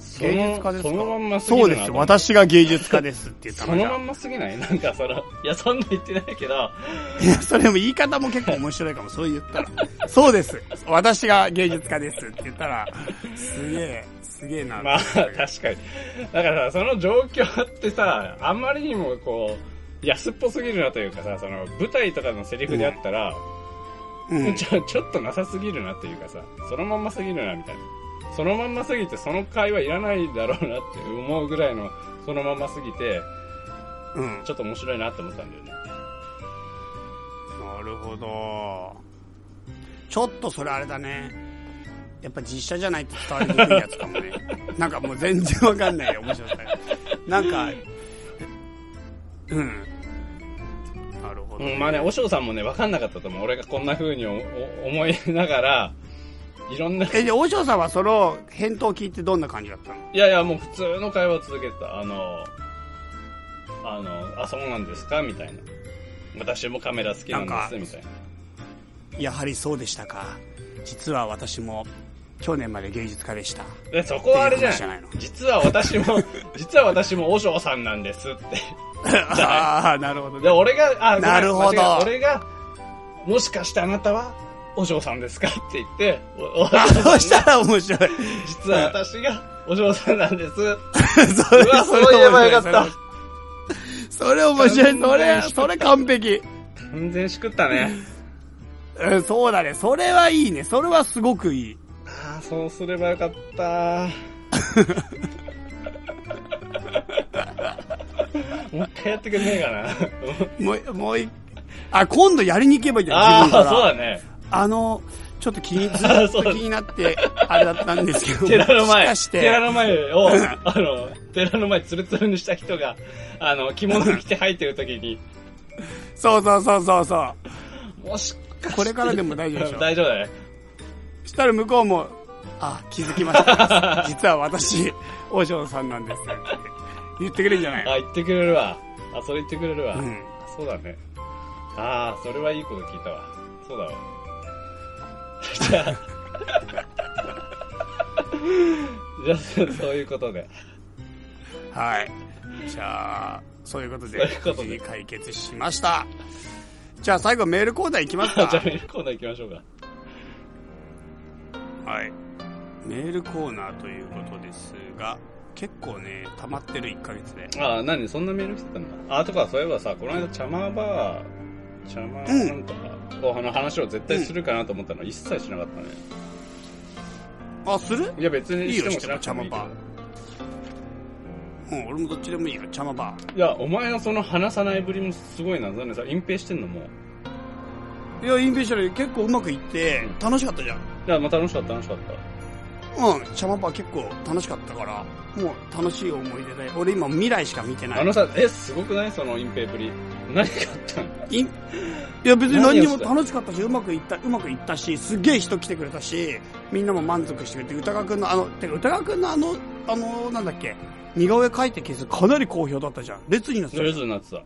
Speaker 2: その
Speaker 3: 芸術家ですか
Speaker 2: そのまんま過ぎ
Speaker 3: そう
Speaker 2: る
Speaker 3: で
Speaker 2: なと
Speaker 3: すよ
Speaker 2: 思って
Speaker 3: 私が芸術家ですって言った
Speaker 2: そ
Speaker 3: の
Speaker 2: の
Speaker 3: じ
Speaker 2: ま
Speaker 3: ゃ
Speaker 2: んますぎないなんかその、いや、そんな言ってないけど、
Speaker 3: あいやそれも言い方も結構面白いかもそう言ったらそうです私が芸術家ですって言ったらすげえすげえな
Speaker 2: まあ、確かに。だからさ、その状況ってさ、あんまりにもこう、安っぽすぎるなというかさ、その舞台とかのセリフであったら、
Speaker 3: う
Speaker 2: <laughs>
Speaker 3: ん
Speaker 2: ちょちょっとなさすぎるなというかさ、そのまんますぎるなみたいな。そのまんますぎて、その会話いらないだろうなって思うぐらいの、そのまんますぎて、
Speaker 3: うん
Speaker 2: ちょっと面白いなって思ったんだよね。
Speaker 3: なるほど。ちょっとそれあれだね。やっぱ実写じゃないと伝わりにくいやつかも <laughs> ね。なんかもう全然わかんないよ、面白さが。なんか、うん。なるほど、
Speaker 2: うん、まあね、おしょうさんもね、わかんなかったと思う。俺がこんな風におお思いながら、いろんな
Speaker 3: え、で、大塩さんはその返答を聞いてどんな感じだったの
Speaker 2: いやいや、もう普通の会話を続けてた。あの、あの、あ、そうなんですかみたいな。私もカメラ好きなん
Speaker 3: なんか
Speaker 2: です、みたいな。
Speaker 3: やはりそうでしたか。実は私も、去年まで芸術家でした。
Speaker 2: で、そこはあれじゃ
Speaker 3: っていう
Speaker 2: な
Speaker 3: 話
Speaker 2: い
Speaker 3: じゃないの
Speaker 2: 実は私も、実は私も和尚さんなんですって。
Speaker 3: <laughs> ああ、なるほど
Speaker 2: で、
Speaker 3: ね。
Speaker 2: 俺が、あ、ごめん
Speaker 3: なるほど
Speaker 2: 間違えた俺が、もしかしてあなたは、和尚さんですかって言って、お
Speaker 3: <laughs>
Speaker 2: お
Speaker 3: そうしたら面白 <laughs> い。
Speaker 2: 実は私が和尚さんなんです。
Speaker 3: そう
Speaker 2: わそう言えばよかった
Speaker 3: それ面白い。それ、それ完璧。
Speaker 2: 完全しくったね。
Speaker 3: うん、そうだね。それはいいね。それはすごくいい。
Speaker 2: ああ、そうすればよか
Speaker 3: <laughs>
Speaker 2: った。もう一回やってくんねえかな。
Speaker 3: もう、もうい、あ、今度やりに行けばいいんだよ、
Speaker 2: あ
Speaker 3: 自分
Speaker 2: あ、
Speaker 3: か
Speaker 2: そう
Speaker 3: ら。
Speaker 2: だね。
Speaker 3: あの、ちょっと気に、ずっと気にな <laughs> って、あれだったんですけど、
Speaker 2: 寺の
Speaker 3: もし
Speaker 2: 前、
Speaker 3: かして、
Speaker 2: 寺の前
Speaker 3: <laughs>
Speaker 2: を、あの、寺の前ツルツルにした人が、あの、着物着て入ってる時に、
Speaker 3: そうそうそうそうそ
Speaker 2: もしか
Speaker 3: う。これからでも <laughs> 大丈夫でしょ。
Speaker 2: 大丈夫だね。
Speaker 3: したら向こうも、あ、気づきま <laughs> した。実は私、王将さんなんですって言ってくれるんじゃないの
Speaker 2: あ、言ってくれるわ。あ、それ言ってくれるわ。
Speaker 3: うん
Speaker 2: あそうだね。ああ、それはいいこと聞いたわ。そうだわ。 <laughs> じゃあ、じゃあ、そういうことで。
Speaker 3: はい。じゃあ、そういうこと
Speaker 2: そ
Speaker 3: で
Speaker 2: ういう、こ
Speaker 3: 無
Speaker 2: と
Speaker 3: 事
Speaker 2: で
Speaker 3: に解決しました。じゃあ最後メールコーナーいきま
Speaker 2: <laughs>
Speaker 3: す
Speaker 2: じゃ
Speaker 3: か。
Speaker 2: あ、メールコーナー行きましょうか。
Speaker 3: はい。メールコーナーということですが、結構ね、溜まってる1ヶ月で。
Speaker 2: ああ、何そんなメール来てたんだ。あ、とか、そういえばさ、この間、チャマーバー、チャマーなんとか、この話を絶対するかなと思ったのは一切しなかったね。
Speaker 3: あ、する
Speaker 2: いや、別に
Speaker 3: いい
Speaker 2: して
Speaker 3: よ、
Speaker 2: も
Speaker 3: し
Speaker 2: してな
Speaker 3: も
Speaker 2: くて
Speaker 3: 茶
Speaker 2: も
Speaker 3: ま
Speaker 2: いいけど
Speaker 3: ば。うん、俺もどっちでもいいよ、茶まば。
Speaker 2: いや、お前のその話さないぶりもすごいな。なんでさ、隠蔽してんのもう。い
Speaker 3: いや、インベーション結構うまくいって、楽しかったじゃん。
Speaker 2: や、まあ楽しかった、楽しかった。
Speaker 3: うん、シャマパー結構楽しかったから、もう楽しい思い出で、俺今未来しか見てな
Speaker 2: あ
Speaker 3: い
Speaker 2: の。さ、え、すごくないその隠蔽ぶり。何があったんだ
Speaker 3: いいや別に何に
Speaker 2: 何
Speaker 3: も
Speaker 2: をした
Speaker 3: 楽しかったし、うまくいった、うまくいったし、すげえ人来てくれたし、みんなも満足してくれて、歌川くんのあの、てか歌川くんのあの、あの、なんだっけ、似顔絵描いて傷かなり好評だったじゃん。列になって
Speaker 2: そ
Speaker 3: た
Speaker 2: れぞれなってた。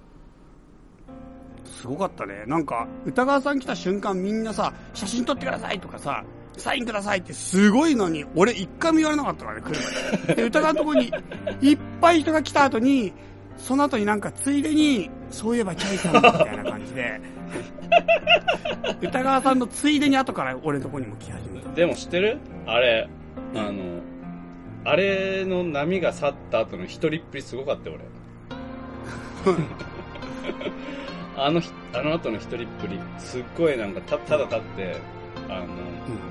Speaker 3: すごかったね。なんか、歌川さん来た瞬間みんなさ、写真撮ってくださいとかさ、サインくださいってすごいのに、俺一回も言われなかったからね、来るまで。で、歌川のとこに、いっぱい人が来た後に、その後になんかついでに、そういえばチャイさんもみたいな感じで、歌川さんのついでに後から俺のとこにも来始めた。
Speaker 2: でも知ってるあれ、あの、あれの波が去った後の一人っぷりすごかったよ、俺。あのひ、あの後の一人っぷり、すっごいなんかた、ただ立って、あ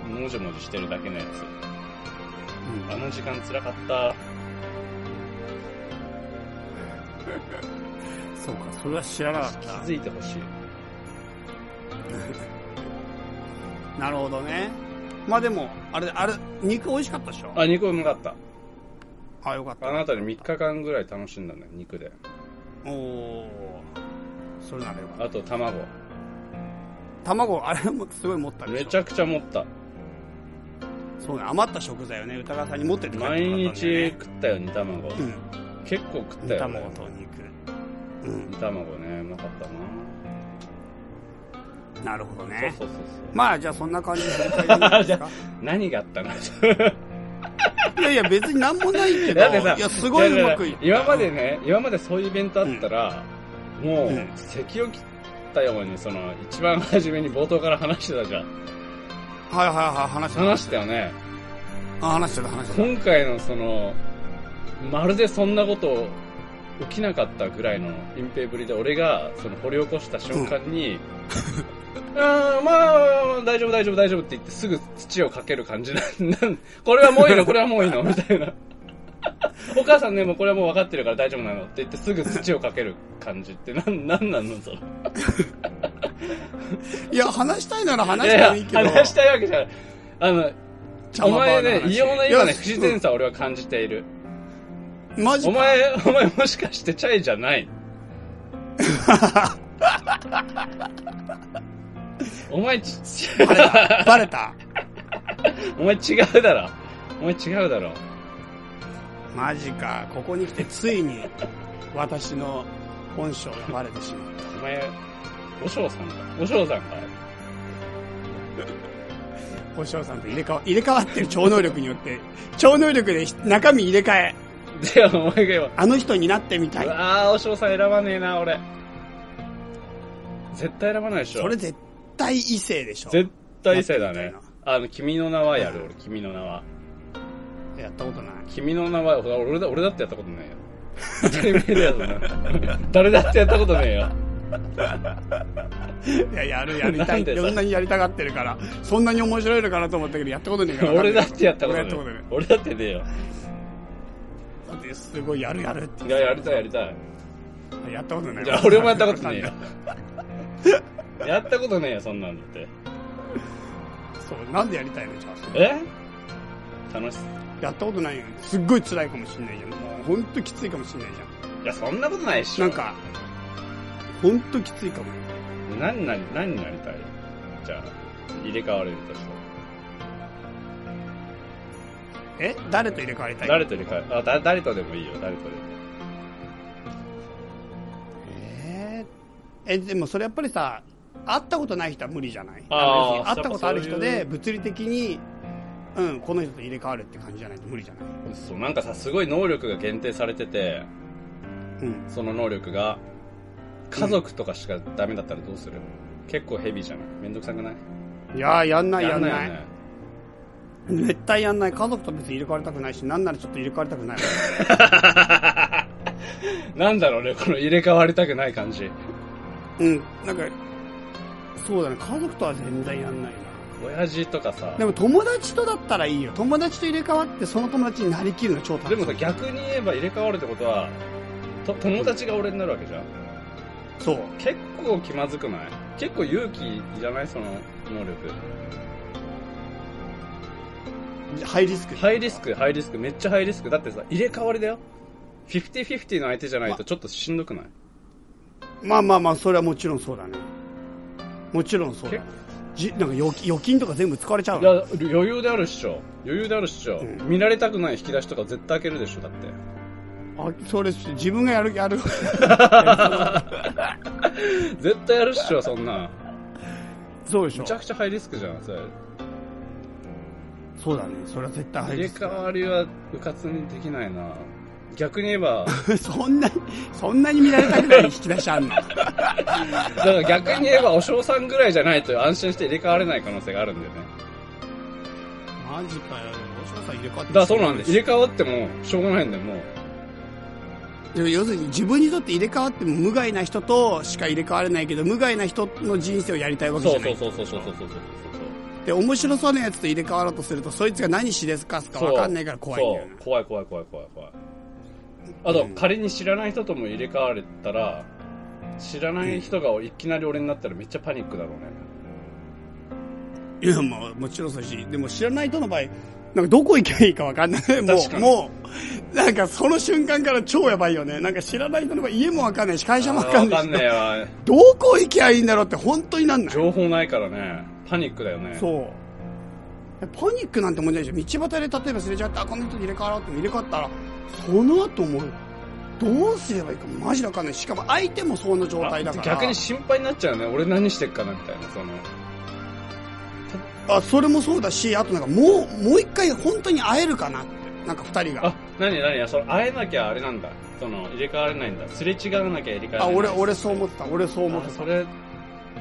Speaker 2: の、もじもじしてるだけのやつ。あの時間辛かった。
Speaker 3: そうか、それは知らなかった。
Speaker 2: 気づいてほしい。
Speaker 3: なるほどね。まあでも、あれ、あれ、肉美味しかったでしょ
Speaker 2: あ、肉うまかった。
Speaker 3: あ、よかった
Speaker 2: あ。の後に3日間ぐらい楽しんだね、肉で。
Speaker 3: おおそれならよかった
Speaker 2: あと卵。
Speaker 3: 卵あれもすごい持ったでし
Speaker 2: め
Speaker 3: ょ
Speaker 2: ちゃくちゃ持った。
Speaker 3: そうね余った食材をね歌川さんに持ってって帰って
Speaker 2: 毎
Speaker 3: もらったんだよ
Speaker 2: 日
Speaker 3: ね
Speaker 2: 食ったよ、煮卵。結構食っ
Speaker 3: うん
Speaker 2: たよ、ね。
Speaker 3: 卵とお肉う
Speaker 2: 煮卵ね、うまかったな。
Speaker 3: んなるほどね
Speaker 2: そうそうそう
Speaker 3: まあじゃあそんな感じで振り返りにな
Speaker 2: <laughs>
Speaker 3: ります
Speaker 2: そ
Speaker 3: か
Speaker 2: う。何があったの
Speaker 3: いやいや別になんもないけど
Speaker 2: だってさ
Speaker 3: いやすごいうまくいった
Speaker 2: 今までね、今までそういうイベントあったら、も
Speaker 3: う、
Speaker 2: うん咳を切ったように、その、一番初めに冒頭から話してたじゃん。
Speaker 3: はいはいはい話してた
Speaker 2: 話したよね。
Speaker 3: あ話してた話して
Speaker 2: 今回のその、まるでそんなこと起きなかったぐらいの隠蔽ぶりで、俺が、その、掘り起こした瞬間に、 <laughs> あーまあ、まあ大丈夫大丈夫大丈夫って言ってすぐ土をかける感じなんなん <laughs> これはもういいのこれはもういいのみたいな。 <laughs> お母さんね、もうこれはもう分かってるから大丈夫なのって言ってすぐ土をかける感じってなん、なんなんのその。
Speaker 3: たいや話したいなら話し
Speaker 2: い
Speaker 3: て
Speaker 2: や
Speaker 3: もいい
Speaker 2: い
Speaker 3: けど
Speaker 2: や、話したいわけじゃない。あの、
Speaker 3: 茶
Speaker 2: お
Speaker 3: 碗
Speaker 2: 前
Speaker 3: の
Speaker 2: ね、
Speaker 3: 話
Speaker 2: 異様な今ね、
Speaker 3: いや
Speaker 2: 不自然さを俺は感じている。
Speaker 3: マジ
Speaker 2: お
Speaker 3: か
Speaker 2: 前、お前もしかしてチャイじゃない
Speaker 3: <laughs>
Speaker 2: のお前ち、
Speaker 3: バレたバレた
Speaker 2: お前違うだろ。お前違うだろ。
Speaker 3: マジかここに来てついに私の本性がバレてしまう
Speaker 2: お前、おしょうさんか。おしょうさんか。
Speaker 3: 保証さんと入れ替わ入れ替わってる超能力によって超能力で中身入れ替え
Speaker 2: で、お前が今、
Speaker 3: あの人になってみた
Speaker 2: う
Speaker 3: い
Speaker 2: わあおしょうさん選ばねえな、俺。絶対選ばないでしょ。
Speaker 3: それ絶対異性でしょ
Speaker 2: 絶対世だ
Speaker 3: やって
Speaker 2: ね
Speaker 3: みたい。
Speaker 2: あの、君の名はやる、俺、君の名は。
Speaker 3: やったことない
Speaker 2: 君の名前、ほら俺だ、俺だってやったことないよ。当たり前だよ、そん
Speaker 3: <laughs>
Speaker 2: な誰だってやったことないよ。
Speaker 3: いややるやりたい
Speaker 2: なんでさ
Speaker 3: どんなにやりたがってるからそんなに面白いのかなと思ったけどやったことないから
Speaker 2: <laughs> 俺だってやったこと
Speaker 3: 俺やった
Speaker 2: な
Speaker 3: こ
Speaker 2: い
Speaker 3: と。
Speaker 2: 俺だってねえよ。
Speaker 3: ないだってすごいやるやるって
Speaker 2: いや、やりたい、やりたい。
Speaker 3: やったことない
Speaker 2: じゃあ、俺もやったことねえよ。やったことねえよ、そんなんだって。
Speaker 3: そうなんでやりたいのじゃあ
Speaker 2: え楽しい。
Speaker 3: やったことないよすっごい辛いかもしんないじゃんもう本当きついかもしんないじ
Speaker 2: いや、そんなことないっし
Speaker 3: ゃ
Speaker 2: ょ。
Speaker 3: んなん。か本当きついかも
Speaker 2: 何、何、何になりたいじゃあ、入れ替われるとして。
Speaker 3: え誰と入れ替わりたい
Speaker 2: 誰と入れ替え、あ、だ、誰とでもいいよ、誰とでも。
Speaker 3: えーえでもそれやっぱりさ会ったことない人は無理じゃない
Speaker 2: あー
Speaker 3: の要するに会ったことある人
Speaker 2: や
Speaker 3: で
Speaker 2: っぱそういう
Speaker 3: 物理的にうんこの人と入れ替わるって感じじゃないと無理じゃない
Speaker 2: そう、なんかさ、すごい能力が限定されてて、
Speaker 3: うん
Speaker 2: その能力が、家族とかしかダメだったらどうする、結構ヘビーじゃないめんどくさくない
Speaker 3: いやーやんないやんない
Speaker 2: よね
Speaker 3: 絶対やんない家族と別に入れ替わりたくないしなんならちょっと入れ替わりたくない
Speaker 2: なんだろうね、この入れ替わりたくない感じ。
Speaker 3: うんなんかそうだね家族とは全然やんないな
Speaker 2: 親父とかさ
Speaker 3: でも友達とだったらいいよ友達と入れ替わってその友達になりきるの超楽し
Speaker 2: で
Speaker 3: い
Speaker 2: もさ逆に言えば入れ替わるってことはと友達が俺になるわけじゃん
Speaker 3: そう
Speaker 2: 結構気まずくない結構勇気じゃないその能力
Speaker 3: ハイリスク
Speaker 2: ハイリスクハイリスクめっちゃハイリスクだってさ入れ替わりだよ50-50の相手じゃないとちょっとしんどくない
Speaker 3: まあまあまあそれはもちろんそうだねもちろんそうだねじなんか預金預金とか全部使われちゃう
Speaker 2: い
Speaker 3: の
Speaker 2: や余裕であるっしょ余裕であるっしょ、
Speaker 3: うん
Speaker 2: 見られたくない引き出しとか絶対開けるでしょだって
Speaker 3: あそれ自分がやるやる
Speaker 2: 絶対やるっしょそんな
Speaker 3: そうでしょ
Speaker 2: めちゃくちゃハイリスクじゃんそれ
Speaker 3: そうだねそれは絶対ハイ
Speaker 2: 入れ
Speaker 3: リスク
Speaker 2: 替
Speaker 3: だ
Speaker 2: わりはうかつにできないな逆に言えば
Speaker 3: <laughs> そんなにそんなに見られたくない引き出しあんの
Speaker 2: だから逆に言えばお嬢さんぐらいじゃないと安心して入れ替われない可能性があるんだよね
Speaker 3: マジかよ大島さん入れ替わっ
Speaker 2: だ
Speaker 3: て
Speaker 2: からそうなんで入れ替わってもしょうがないんだよもう
Speaker 3: でも要するに自分にとって入れ替わっても無害な人としか入れ替われないけど無害な人の人生をやりたいわけじ
Speaker 2: そ
Speaker 3: ゃ
Speaker 2: う
Speaker 3: な
Speaker 2: そ
Speaker 3: い
Speaker 2: そ
Speaker 3: う
Speaker 2: うそうそうそうそうそう
Speaker 3: で面白そうなやつと入れ替わろうとするとそいつが何しでかすか
Speaker 2: そう
Speaker 3: 分かんないから怖いんだよね
Speaker 2: そう怖い怖い怖い怖い怖いあと、
Speaker 3: うん
Speaker 2: 仮に知らない人とも入れ替われたら知らない人がいきなり俺になったらめっちゃパニックだろうね、
Speaker 3: いやまあもちろんそうだしでも知らない人の場合なんかどこ行けばいいか分かんないも
Speaker 2: <laughs> 確か
Speaker 3: う
Speaker 2: に
Speaker 3: もうなんかその瞬間から超やばいよねなんか知らない人の場合家も分かんないし会社も分かん
Speaker 2: わか
Speaker 3: ないし
Speaker 2: んねえわ
Speaker 3: どこ行きゃいいんだろうって本当になんない
Speaker 2: 情報ないからねパニックだよね
Speaker 3: そう。パニックなんてもんじゃないでしょ。道端で例えばすれ違った、あこの人に入れ替わろうって入れ替わったら、その後もう、どうすればいいかマジでわかんない。しかも相手もその状態だから。
Speaker 2: 逆に心配になっちゃうね俺何してっかなみたいなその
Speaker 3: あ、それもそうだし、あとなんかもう、もう一回本当に会えるかなって。なんか二人が。
Speaker 2: あ何何それ会えなきゃあれなんだその入れ替われないんだすれ違わなきゃ入れ替われな
Speaker 3: あ、
Speaker 2: い
Speaker 3: 俺、俺そう思ってた。俺そう思っ
Speaker 2: あ
Speaker 3: て
Speaker 2: そ
Speaker 3: た。
Speaker 2: れ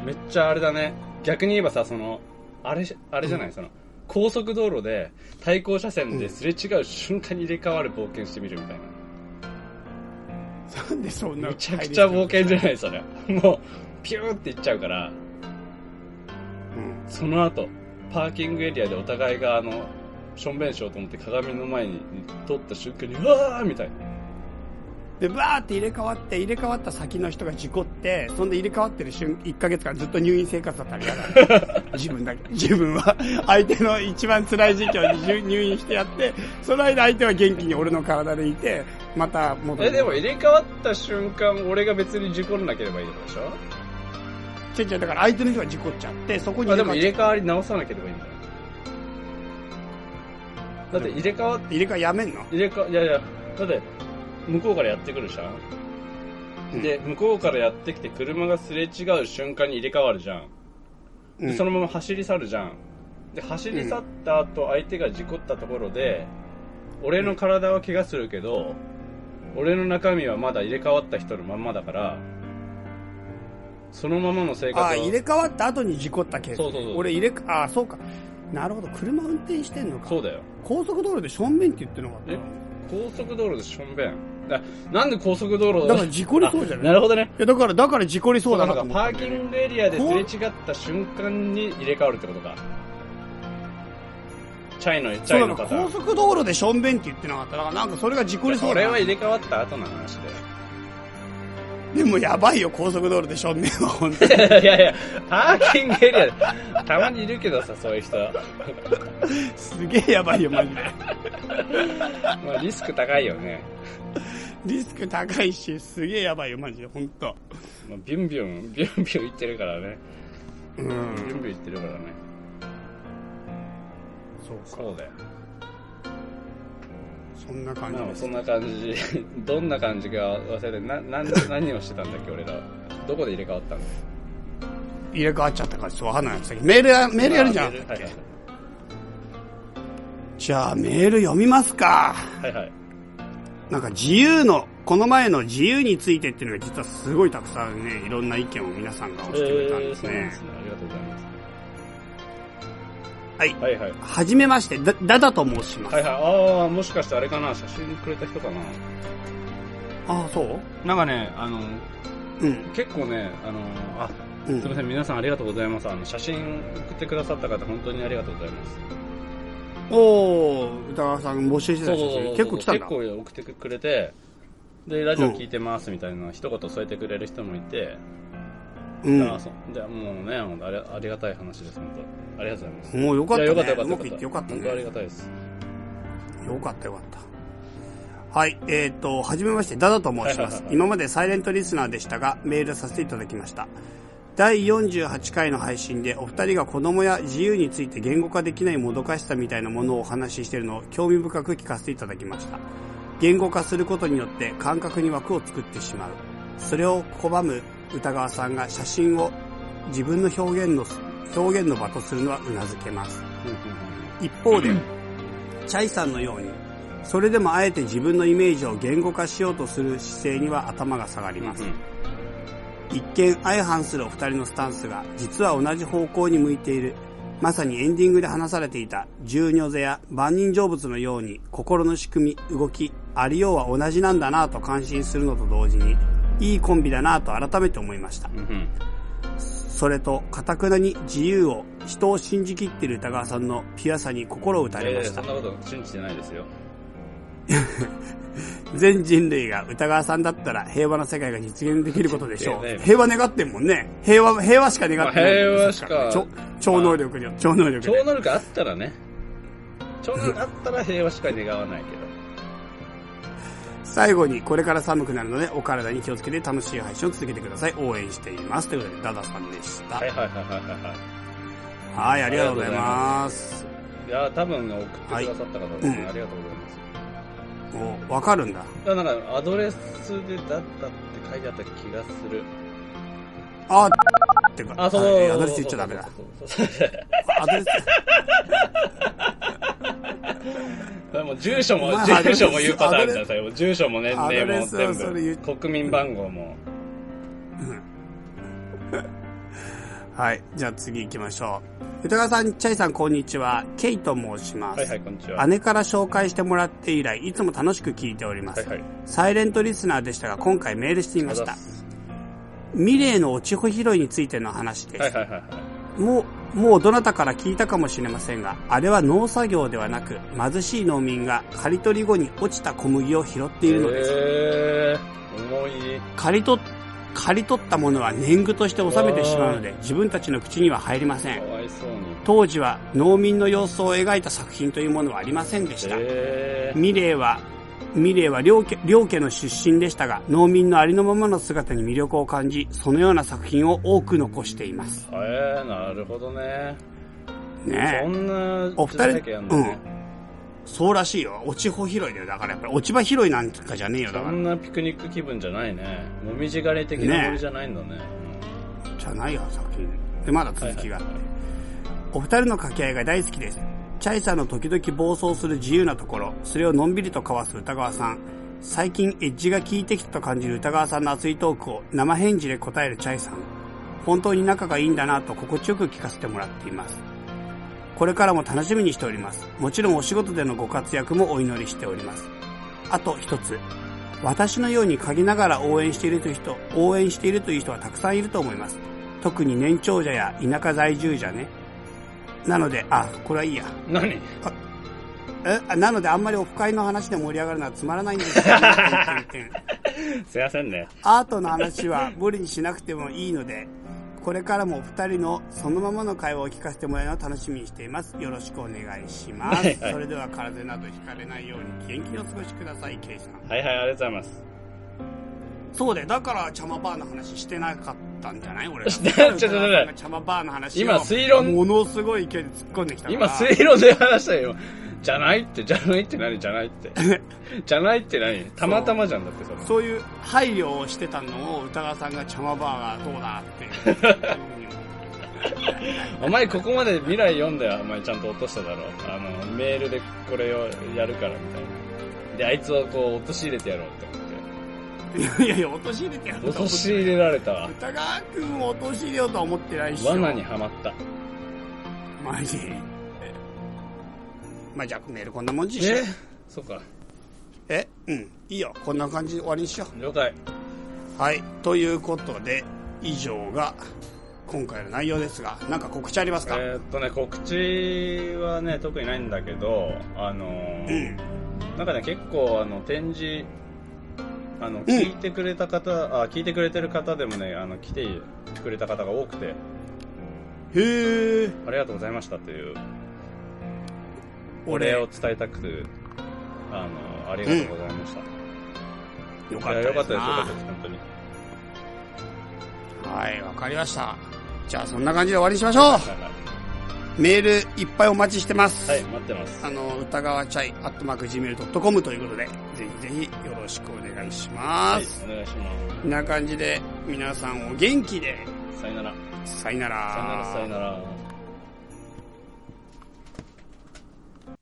Speaker 2: めっちゃあれだね逆に言えばさそのあれあれじゃない、その高速道路で対向車線ですれ違う瞬間に入れ替わる冒険してみるみたいな、
Speaker 3: なんでそんな。
Speaker 2: めちゃくちゃ冒険じゃないそれもうピューっていっちゃうから
Speaker 3: うん
Speaker 2: その後パーキングエリアでお互いがあのしょんべんしようと思って鏡の前に通った瞬間にうわーみたいな
Speaker 3: で、バーって入れ替わって、入れ替わった先の人が事故って、そんで入れ替わってる瞬、1ヶ月間ずっと入院生活だったから嫌
Speaker 2: <laughs>
Speaker 3: だね、自分だけ。自分は、相手の一番辛い時期を入入院してやって、その間相手は元気に俺の体でいて、また戻る。
Speaker 2: えでも入れ替わった瞬間俺が別に事故らなければいいのでしょ
Speaker 3: ちょいちょいだから相手の人が事故っちゃって、そこに
Speaker 2: あ
Speaker 3: 入
Speaker 2: で
Speaker 3: れ
Speaker 2: も入
Speaker 3: 替
Speaker 2: れ
Speaker 3: わっ
Speaker 2: 替わり直さなければいいんだよだって入れ替わっ
Speaker 3: 入れ替えやめんの
Speaker 2: 入れ替いやいやだって向こうからやってくるじゃん、
Speaker 3: うん
Speaker 2: で向こうからやってきて車がすれ違う瞬間に入れ替わるじゃん、
Speaker 3: うん
Speaker 2: でそのまま走り去るじゃんで走り去った後相手が事故ったところで俺の体は怪我するけど、俺の中身はまだ入れ替わった人のまんまだからそのままの生活を
Speaker 3: あ入れ替わった後に事故ったケース。
Speaker 2: そうそうそう
Speaker 3: 俺入れ替、あそうか。なるほど、車運転してんのか。
Speaker 2: そうだよ
Speaker 3: 高速道路で正面って言ってなかった
Speaker 2: え高速道路でしょんべんだなんで高速道路
Speaker 3: だから事故りそうじゃ
Speaker 2: あ
Speaker 3: ない
Speaker 2: なるほどね
Speaker 3: いや、だから、だから事故りそうだなと
Speaker 2: か
Speaker 3: 思
Speaker 2: パ
Speaker 3: った
Speaker 2: ーキングエリアですれ違った瞬間に入れ替わるってことかチャイのチ
Speaker 3: そう
Speaker 2: ャイの
Speaker 3: なの
Speaker 2: 方
Speaker 3: 高速道路でしょんべんって言ってなかっただからなんかそれが事故りそ
Speaker 2: そう
Speaker 3: だ
Speaker 2: れ
Speaker 3: な
Speaker 2: は入れ替わった後の話
Speaker 3: でもやばいよ高速道路でしょんべんは本当に
Speaker 2: で <laughs> いやいやパーキングエリアでたまにいるけどさそういう人、
Speaker 3: すげえやばいよマジで
Speaker 2: まあ、リスク高いよね、
Speaker 3: リスク高いしすげえやばいよマジで本当
Speaker 2: まあ、ビュンビュンビュンビュン行ってるからね
Speaker 3: う
Speaker 2: ビュ
Speaker 3: ん
Speaker 2: ンビュン行ってるからね
Speaker 3: そうか
Speaker 2: そうだよ
Speaker 3: そんな感じ
Speaker 2: まあ
Speaker 3: で
Speaker 2: そ
Speaker 3: す
Speaker 2: んな感じ <laughs> どんな感じか忘れてなな何をしてたんだっけ俺らどこで入れ替わったの
Speaker 3: 入れ替わっちゃったからそうわかんないですメールやメールやるじゃ
Speaker 2: あ
Speaker 3: ん
Speaker 2: メールはいはい
Speaker 3: じゃあメール読みますか
Speaker 2: はいはい
Speaker 3: なんか自由のこの前の自由についてっていうのが実はすごいたくさんねいろんな意見を皆さんが押してくれたんですね、
Speaker 2: えーそうなんですねありがとうございます。
Speaker 3: はい
Speaker 2: はいはい。
Speaker 3: はじめましてだだだと申します、
Speaker 2: はいはい。ああ、もしかしてあれかな、写真くれた人かな。
Speaker 3: ああそう
Speaker 2: なんかね、あの、
Speaker 3: うん
Speaker 2: 結構ね、あの、あ、
Speaker 3: うん
Speaker 2: すみません、皆さんありがとうございます。あの、写真送ってくださった方、本当にありがとうございます。
Speaker 3: おー、歌川さん募集して
Speaker 2: そ
Speaker 3: た
Speaker 2: う
Speaker 3: 人
Speaker 2: そう
Speaker 3: た
Speaker 2: そう
Speaker 3: ち結構来たんだ。
Speaker 2: 結構送ってくれて、で、ラジオ聞いてますみたいな、一言添えてくれる人もいて、
Speaker 3: うん。
Speaker 2: あそでもうね、本当ありありがたい話です、本当。ありがとうございます。
Speaker 3: もうよかった
Speaker 2: い
Speaker 3: ね。
Speaker 2: やよかったよか
Speaker 3: う
Speaker 2: った
Speaker 3: まくいってよかった
Speaker 2: 本当あり
Speaker 3: ね。
Speaker 2: がたいです。
Speaker 3: よかったよかった。はい、えっ、と、はじめまして、ダダと申しま
Speaker 2: はいはい
Speaker 3: す
Speaker 2: はい。はい
Speaker 3: 今までサイレントリスナーでしたが、メールさせていただきました。第48回の配信でお二人が子供や自由について言語化できないもどかしさみたいなものをお話ししているのを興味深く聞かせていただきました。言語化することによって感覚に枠を作ってしまう。それを拒む歌川さんが写真を自分の表現の、表現の場とするのは頷けます。一方で、チャイさんのように、それでもあえて自分のイメージを言語化しようとする姿勢には頭が下がります。一見相反するお二人のスタンスが、実は同じ方向に向いている。まさにエンディングで話されていた、十女世や万人成仏のように、心の仕組み、動き、ありようは同じなんだなぁと感心するのと同時に、いいコンビだなぁと改めて思いました。
Speaker 2: うんうんうん
Speaker 3: それと、かたくなに自由を、人を信じきっている歌川さんのピュアさに心を打たれ
Speaker 2: え
Speaker 3: ま
Speaker 2: ー
Speaker 3: した
Speaker 2: そん。なこと信じてないですよ。
Speaker 3: 全人類が歌川さんだったら平和な世界が実現できることでしょ
Speaker 2: ええ
Speaker 3: う。
Speaker 2: ね
Speaker 3: 平和願ってんもんね。平和、平和しか願ってない。
Speaker 2: まあ平和しか
Speaker 3: 超超能力によ、超能力
Speaker 2: 超
Speaker 3: で。
Speaker 2: 能力あったらね、超能力あったら平和しか願わないけど。
Speaker 3: 最後に、これから寒くなるので、お体に気をつけて楽しい配信を続けてください。応援しています。ということで、ダダさんでした。
Speaker 2: は
Speaker 3: <laughs> はいい、
Speaker 2: はいはいはいはいはい。
Speaker 3: ありがとうございます。
Speaker 2: いやー多分送ってくださった方ですね、
Speaker 3: はいうん
Speaker 2: ありがとうございます。
Speaker 3: おわかるんだ。
Speaker 2: だからなんかアドレスでだったって書いてあった気がする。
Speaker 3: あーってか、
Speaker 2: あ、そうそう
Speaker 3: はいアドレス言っちゃダメだ。。
Speaker 2: そうそうそうそう
Speaker 3: アドレス、
Speaker 2: そうもう住所も
Speaker 3: まあ、
Speaker 2: 住所も言うパターン
Speaker 3: アドレ
Speaker 2: だよ。住所も年
Speaker 3: アド
Speaker 2: 齢
Speaker 3: レ
Speaker 2: も
Speaker 3: スはそれ言
Speaker 2: 全
Speaker 3: っ
Speaker 2: 部。国民番号も。
Speaker 3: はい、じゃあ次行きましょう。歌川さん、チャイさん、こんにちは。ケイと申します。
Speaker 2: はいはい、こんにちは。
Speaker 3: 姉から紹介してもらって以来いつも楽しく聞いておりま
Speaker 2: は
Speaker 3: す、
Speaker 2: いはい。
Speaker 3: サイレントリスナーでしたが今回メールしてみまし
Speaker 2: あ
Speaker 3: た
Speaker 2: ざっす
Speaker 3: ミレーの落ち穂拾いについての話です、
Speaker 2: はいはいはいはい。
Speaker 3: もうもうどなたから聞いたかもしれませんがあれは農作業ではなく貧しい農民が刈り取り後に落ちた小麦を拾っているのです、
Speaker 2: えー、重い。
Speaker 3: 刈り取っ刈り取ったものは年貢として納めてしまうので自分たちの口には入りませ
Speaker 2: か
Speaker 3: ん
Speaker 2: わいそうに。
Speaker 3: 当時は農民の様子を描いた作品というものはありませんでした、
Speaker 2: えー、
Speaker 3: ミレーは、ミレーは両家両家の出身でしたが、農民のありのままの姿に魅力を感じ、そのような作品を多く残しています。
Speaker 2: えー、なるほどね。
Speaker 3: ね
Speaker 2: そ
Speaker 3: え。
Speaker 2: んな
Speaker 3: お二人
Speaker 2: 時代だけやんのね。
Speaker 3: そうらしいよ。落ち穂拾いだよ。だからやっぱり落ち葉拾いなんかじゃねえよ。だ
Speaker 2: そ
Speaker 3: か
Speaker 2: んなピクニック気分じゃないね。もみじ狩り的なノリじゃないんだね。
Speaker 3: ら、じゃないよ、作品。で、まだ続きがあって。お二人の掛け合いが大好きです。チャイさんの時々暴走する自由なところ、それをのんびりと交わす歌川さん。最近エッジが効いてきたと感じる歌川さんの熱いトークを生返事で答えるチャイさん。本当に仲がいいんだなと心地よく聞かせてもらっています。これからも楽しみにしております。もちろんお仕事でのご活躍もお祈りしております。あと一つ。私のように嗅ぎながら応援しているという人、応援しているという人はたくさんいると思います。特に年長者や田舎在住者ね。なので、あ、これはいいや。
Speaker 2: うん、何 <laughs>
Speaker 3: えあなのであんまりオフ会の話で盛り上がるのはつまらないん <laughs> ですけど点々点
Speaker 2: すいませんね。
Speaker 3: アートの話は無理にしなくてもいいのでこれからもお二人のそのままの会話を聞かせてもらえるのを楽しみにしていますよろしくお願いします、
Speaker 2: はいはい
Speaker 3: それでは風邪などひかれないように元気にお過ごしくださいケイさん
Speaker 2: はいはい、ありがとうございます。
Speaker 3: そうだよだからチャマバーの話してなかったんじゃない <laughs> 俺ら
Speaker 2: ちょっと待って
Speaker 3: チャマバーの話を
Speaker 2: 今推論
Speaker 3: ものすごい勢いで突っ込んできたから
Speaker 2: 今、水路で話したよ。じゃないって、じゃないって何じゃない
Speaker 3: <laughs>
Speaker 2: って。じゃないって何たまたまじゃんだって、それ。
Speaker 3: そういう配慮をしてたのを歌川さんがチャマバーがどうだっていう。
Speaker 2: <laughs> お前、ここまで未来読んだよ。お前、ちゃんと落としただろ。あの、メールでこれをやるから、みたいな。で、あいつをこう、落とし入れてやろうって
Speaker 3: いやいや、落とし入れてやる
Speaker 2: 思って。落とし
Speaker 3: れ。
Speaker 2: 入れられたわ。
Speaker 3: 歌川くんを落とし入れようとは思ってないっしょ。
Speaker 2: 罠にはまった。
Speaker 3: マジ。まあ、じゃあメールこんなもんにしよう
Speaker 2: えそうか。
Speaker 3: えうん。いいよ。こんな感じで終わりにしよ
Speaker 2: 了解。
Speaker 3: う。はい。ということで、以上が、今回の内容ですが、なんか告知ありますか、
Speaker 2: えーっとね、告知はね、特にないんだけど、あのーなんかね、結構、あの、展示、あの、聞いてくれた方、あ、聞いてくれてる方でもね、あの、来てくれた方が多くて、
Speaker 3: うん。へえ。
Speaker 2: ありがとうございましたという、お礼を伝えたくて、あの、ありがとうございました。
Speaker 3: よ
Speaker 2: い
Speaker 3: か
Speaker 2: や、
Speaker 3: っ
Speaker 2: よか
Speaker 3: た
Speaker 2: った
Speaker 3: です
Speaker 2: です、よか
Speaker 3: な
Speaker 2: ったです、本当に。
Speaker 3: はい、わかりました。じゃあそんな感じで終わりにしましょう
Speaker 2: は
Speaker 3: メールいっぱいお待ちしてます。
Speaker 2: い、待ってます。
Speaker 3: あの、歌川チャイ、アットマーク Gmail.com ということで、ぜひぜひよろしくお願いしま
Speaker 2: はい
Speaker 3: す。、
Speaker 2: お願いしま
Speaker 3: こんな感じで、皆さんお元気で、
Speaker 2: す。さよなら。
Speaker 3: さよなら。
Speaker 2: さよなら、さよなら。